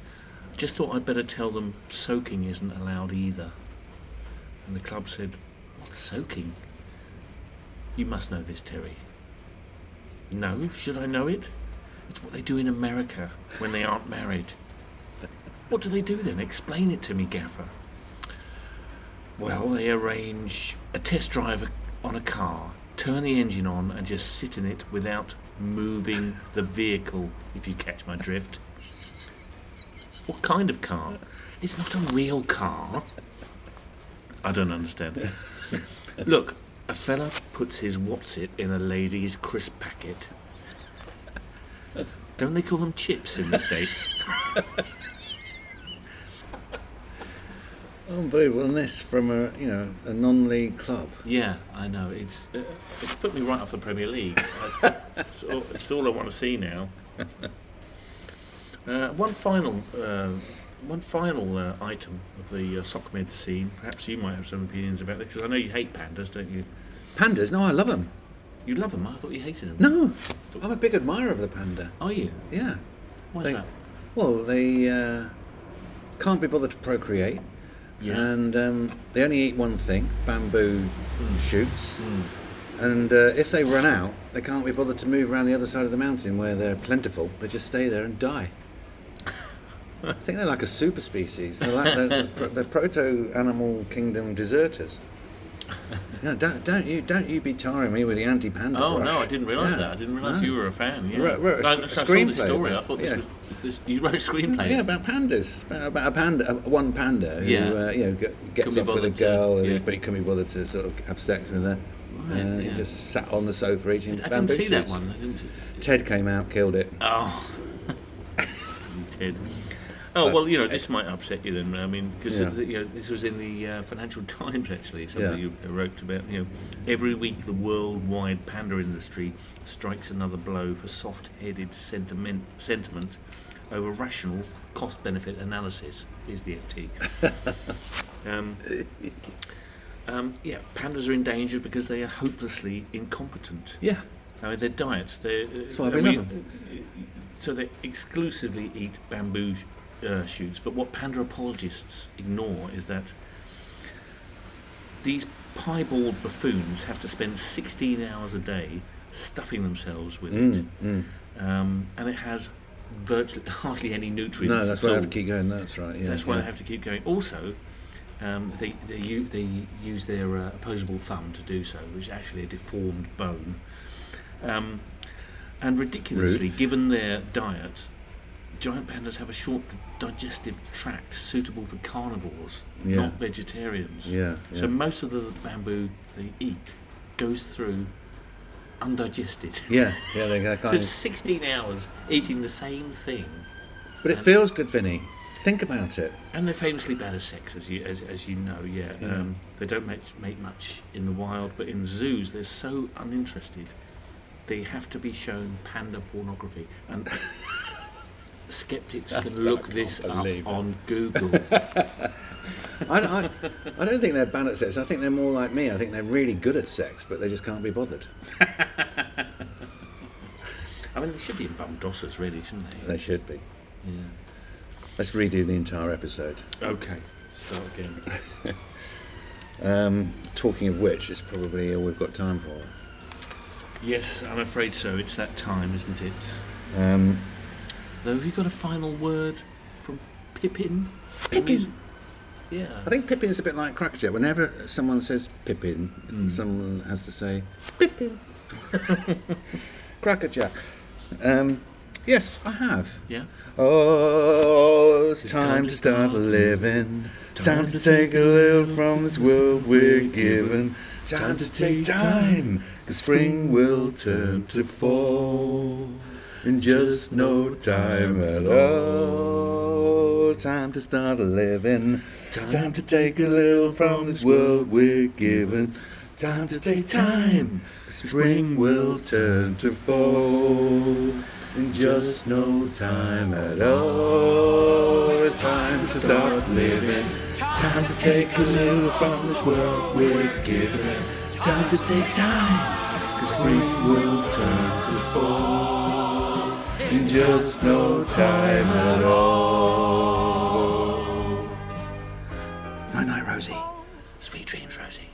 Speaker 2: just thought I'd better tell them soaking isn't allowed either. And the club said, What's soaking? You must know this, Terry. No, should I know it? It's what they do in America when they aren't married. What do they do then? Explain it to me, Gaffer. Well, they arrange a test drive on a car, turn the engine on, and just sit in it without moving the vehicle, if you catch my drift. What kind of car? It's not a real car. I don't understand. Look, a fella puts his what's it in a lady's crisp packet. Don't they call them chips in the States?
Speaker 1: Unbelievable, and this from a you know a non-league club.
Speaker 2: yeah, I know. It's uh, it's put me right off the Premier League. I, it's, all, it's all I want to see now. Uh, one final, uh, one final uh, item of the uh, SocMed scene. Perhaps you might have some opinions about this, because I know you hate pandas, don't you?
Speaker 1: Pandas? No, I love them.
Speaker 2: You love them. I thought you hated them.
Speaker 1: No, I'm a big admirer of the panda.
Speaker 2: Are you?
Speaker 1: Yeah.
Speaker 2: Why's
Speaker 1: They-
Speaker 2: that?
Speaker 1: Well, they uh, can't be bothered to procreate, and um, they only eat one thing: bamboo
Speaker 2: Hmm.
Speaker 1: shoots. And uh, if they run out, they can't be bothered to move around the other side of the mountain where they're plentiful. They just stay there and die. I think they're like a super species. They're like the, the, pro- the proto animal kingdom deserters. No, don't, don't you don't you be tiring me with the anti-panda.
Speaker 2: Oh no, I
Speaker 1: brush.
Speaker 2: didn't realise
Speaker 1: Yeah.
Speaker 2: that. I didn't realise
Speaker 1: No.
Speaker 2: you were a fan. Yeah.
Speaker 1: Wrote- wrote a
Speaker 2: I,
Speaker 1: sc-
Speaker 2: I
Speaker 1: a
Speaker 2: saw
Speaker 1: screenplay
Speaker 2: this story. I
Speaker 1: about-
Speaker 2: thought this
Speaker 1: yeah.
Speaker 2: was this, you wrote a screenplay.
Speaker 1: Yeah, about pandas. About, about a panda, uh, one panda who
Speaker 2: Yeah.
Speaker 1: uh, you know g-
Speaker 2: Couldn't
Speaker 1: gets
Speaker 2: be
Speaker 1: off with a
Speaker 2: bothered to-
Speaker 1: girl, and
Speaker 2: yeah.
Speaker 1: but he couldn't be bothered to sort of have sex with her.
Speaker 2: Right,
Speaker 1: uh, He
Speaker 2: yeah.
Speaker 1: just sat on the sofa eating.
Speaker 2: I didn't
Speaker 1: bamboo
Speaker 2: see that
Speaker 1: shoots.
Speaker 2: one. I didn't. See...
Speaker 1: Ted came out, killed it.
Speaker 2: Oh, Ted. Oh well, you know this might upset you then. I mean, because
Speaker 1: Yeah.
Speaker 2: you know this was in the uh, Financial Times actually. Somebody
Speaker 1: Yeah.
Speaker 2: who wrote about you know every week the worldwide panda industry strikes another blow for soft-headed sentiment sentiment over rational cost-benefit analysis. Is the FT. um, um, yeah, pandas are endangered because they are hopelessly incompetent.
Speaker 1: Yeah,
Speaker 2: I mean, their diets. They're,
Speaker 1: why
Speaker 2: I
Speaker 1: we
Speaker 2: mean,
Speaker 1: love
Speaker 2: So they exclusively eat bamboo sh- uh, shoots. But what panda apologists ignore is that these piebald buffoons have to spend 16 hours a day stuffing themselves with
Speaker 1: Mm,
Speaker 2: it, Um, and it has virtually hardly any nutrients.
Speaker 1: no, that's
Speaker 2: at
Speaker 1: why I
Speaker 2: all.
Speaker 1: have to keep going. That's right. Yeah,
Speaker 2: That's why
Speaker 1: yeah.
Speaker 2: they have to keep going. Also, um, they, they, u- they use their uh, opposable thumb to do so, which is actually a deformed bone. Um, and ridiculously, given their diet, giant pandas have a short d- digestive tract suitable for carnivores,
Speaker 1: Yeah.
Speaker 2: not vegetarians.
Speaker 1: Yeah,
Speaker 2: So
Speaker 1: yeah.
Speaker 2: most of the bamboo they eat goes through undigested.
Speaker 1: Yeah, yeah, they, they
Speaker 2: So
Speaker 1: kind
Speaker 2: it's
Speaker 1: of,
Speaker 2: 16 hours eating the same thing.
Speaker 1: but it feels good, Vinny. Think about it.
Speaker 2: And they're famously bad at sex, as you as, as you know. Yeah, Um, they don't make make much in the wild, but in zoos they're so uninterested. They have to be shown panda pornography, and skeptics can look this up
Speaker 1: believe it.
Speaker 2: on Google.
Speaker 1: I, don't- I, I don't think they're bad at sex. I think they're more like me. I think they're really good at sex, but they just can't be bothered.
Speaker 2: I mean, they should be in Bumdossers, really, shouldn't they?
Speaker 1: They should be.
Speaker 2: Yeah.
Speaker 1: Let's redo the entire episode.
Speaker 2: Okay, start again.
Speaker 1: Um, talking of which, it's probably all we've got time for.
Speaker 2: Yes, I'm afraid so. It's that time, isn't it?
Speaker 1: Um,
Speaker 2: Though, have you got a final word from Pippin? Pippin. Yeah.
Speaker 1: I think Pippin's a bit like Crackerjack. Whenever someone says Pippin, someone has to say Pippin. Crackerjack. Um, yes, I have.
Speaker 2: Yeah.
Speaker 1: Oh, it's, time,
Speaker 2: time
Speaker 1: to
Speaker 2: to
Speaker 1: start
Speaker 2: start
Speaker 1: living. Time to take a little from this world we're given. Time to take time, cause spring will turn to fall in just no time at all. Time to start living. Time to take a little from this world we're given. Time to take time, 'cause spring will turn to fall in just no time at all. It's time to start living. Time to take a little from this world we're given. Time to take time, cause spring will turn to fall in just no time at all. Night night, Rosie.
Speaker 2: Sweet dreams, Rosie.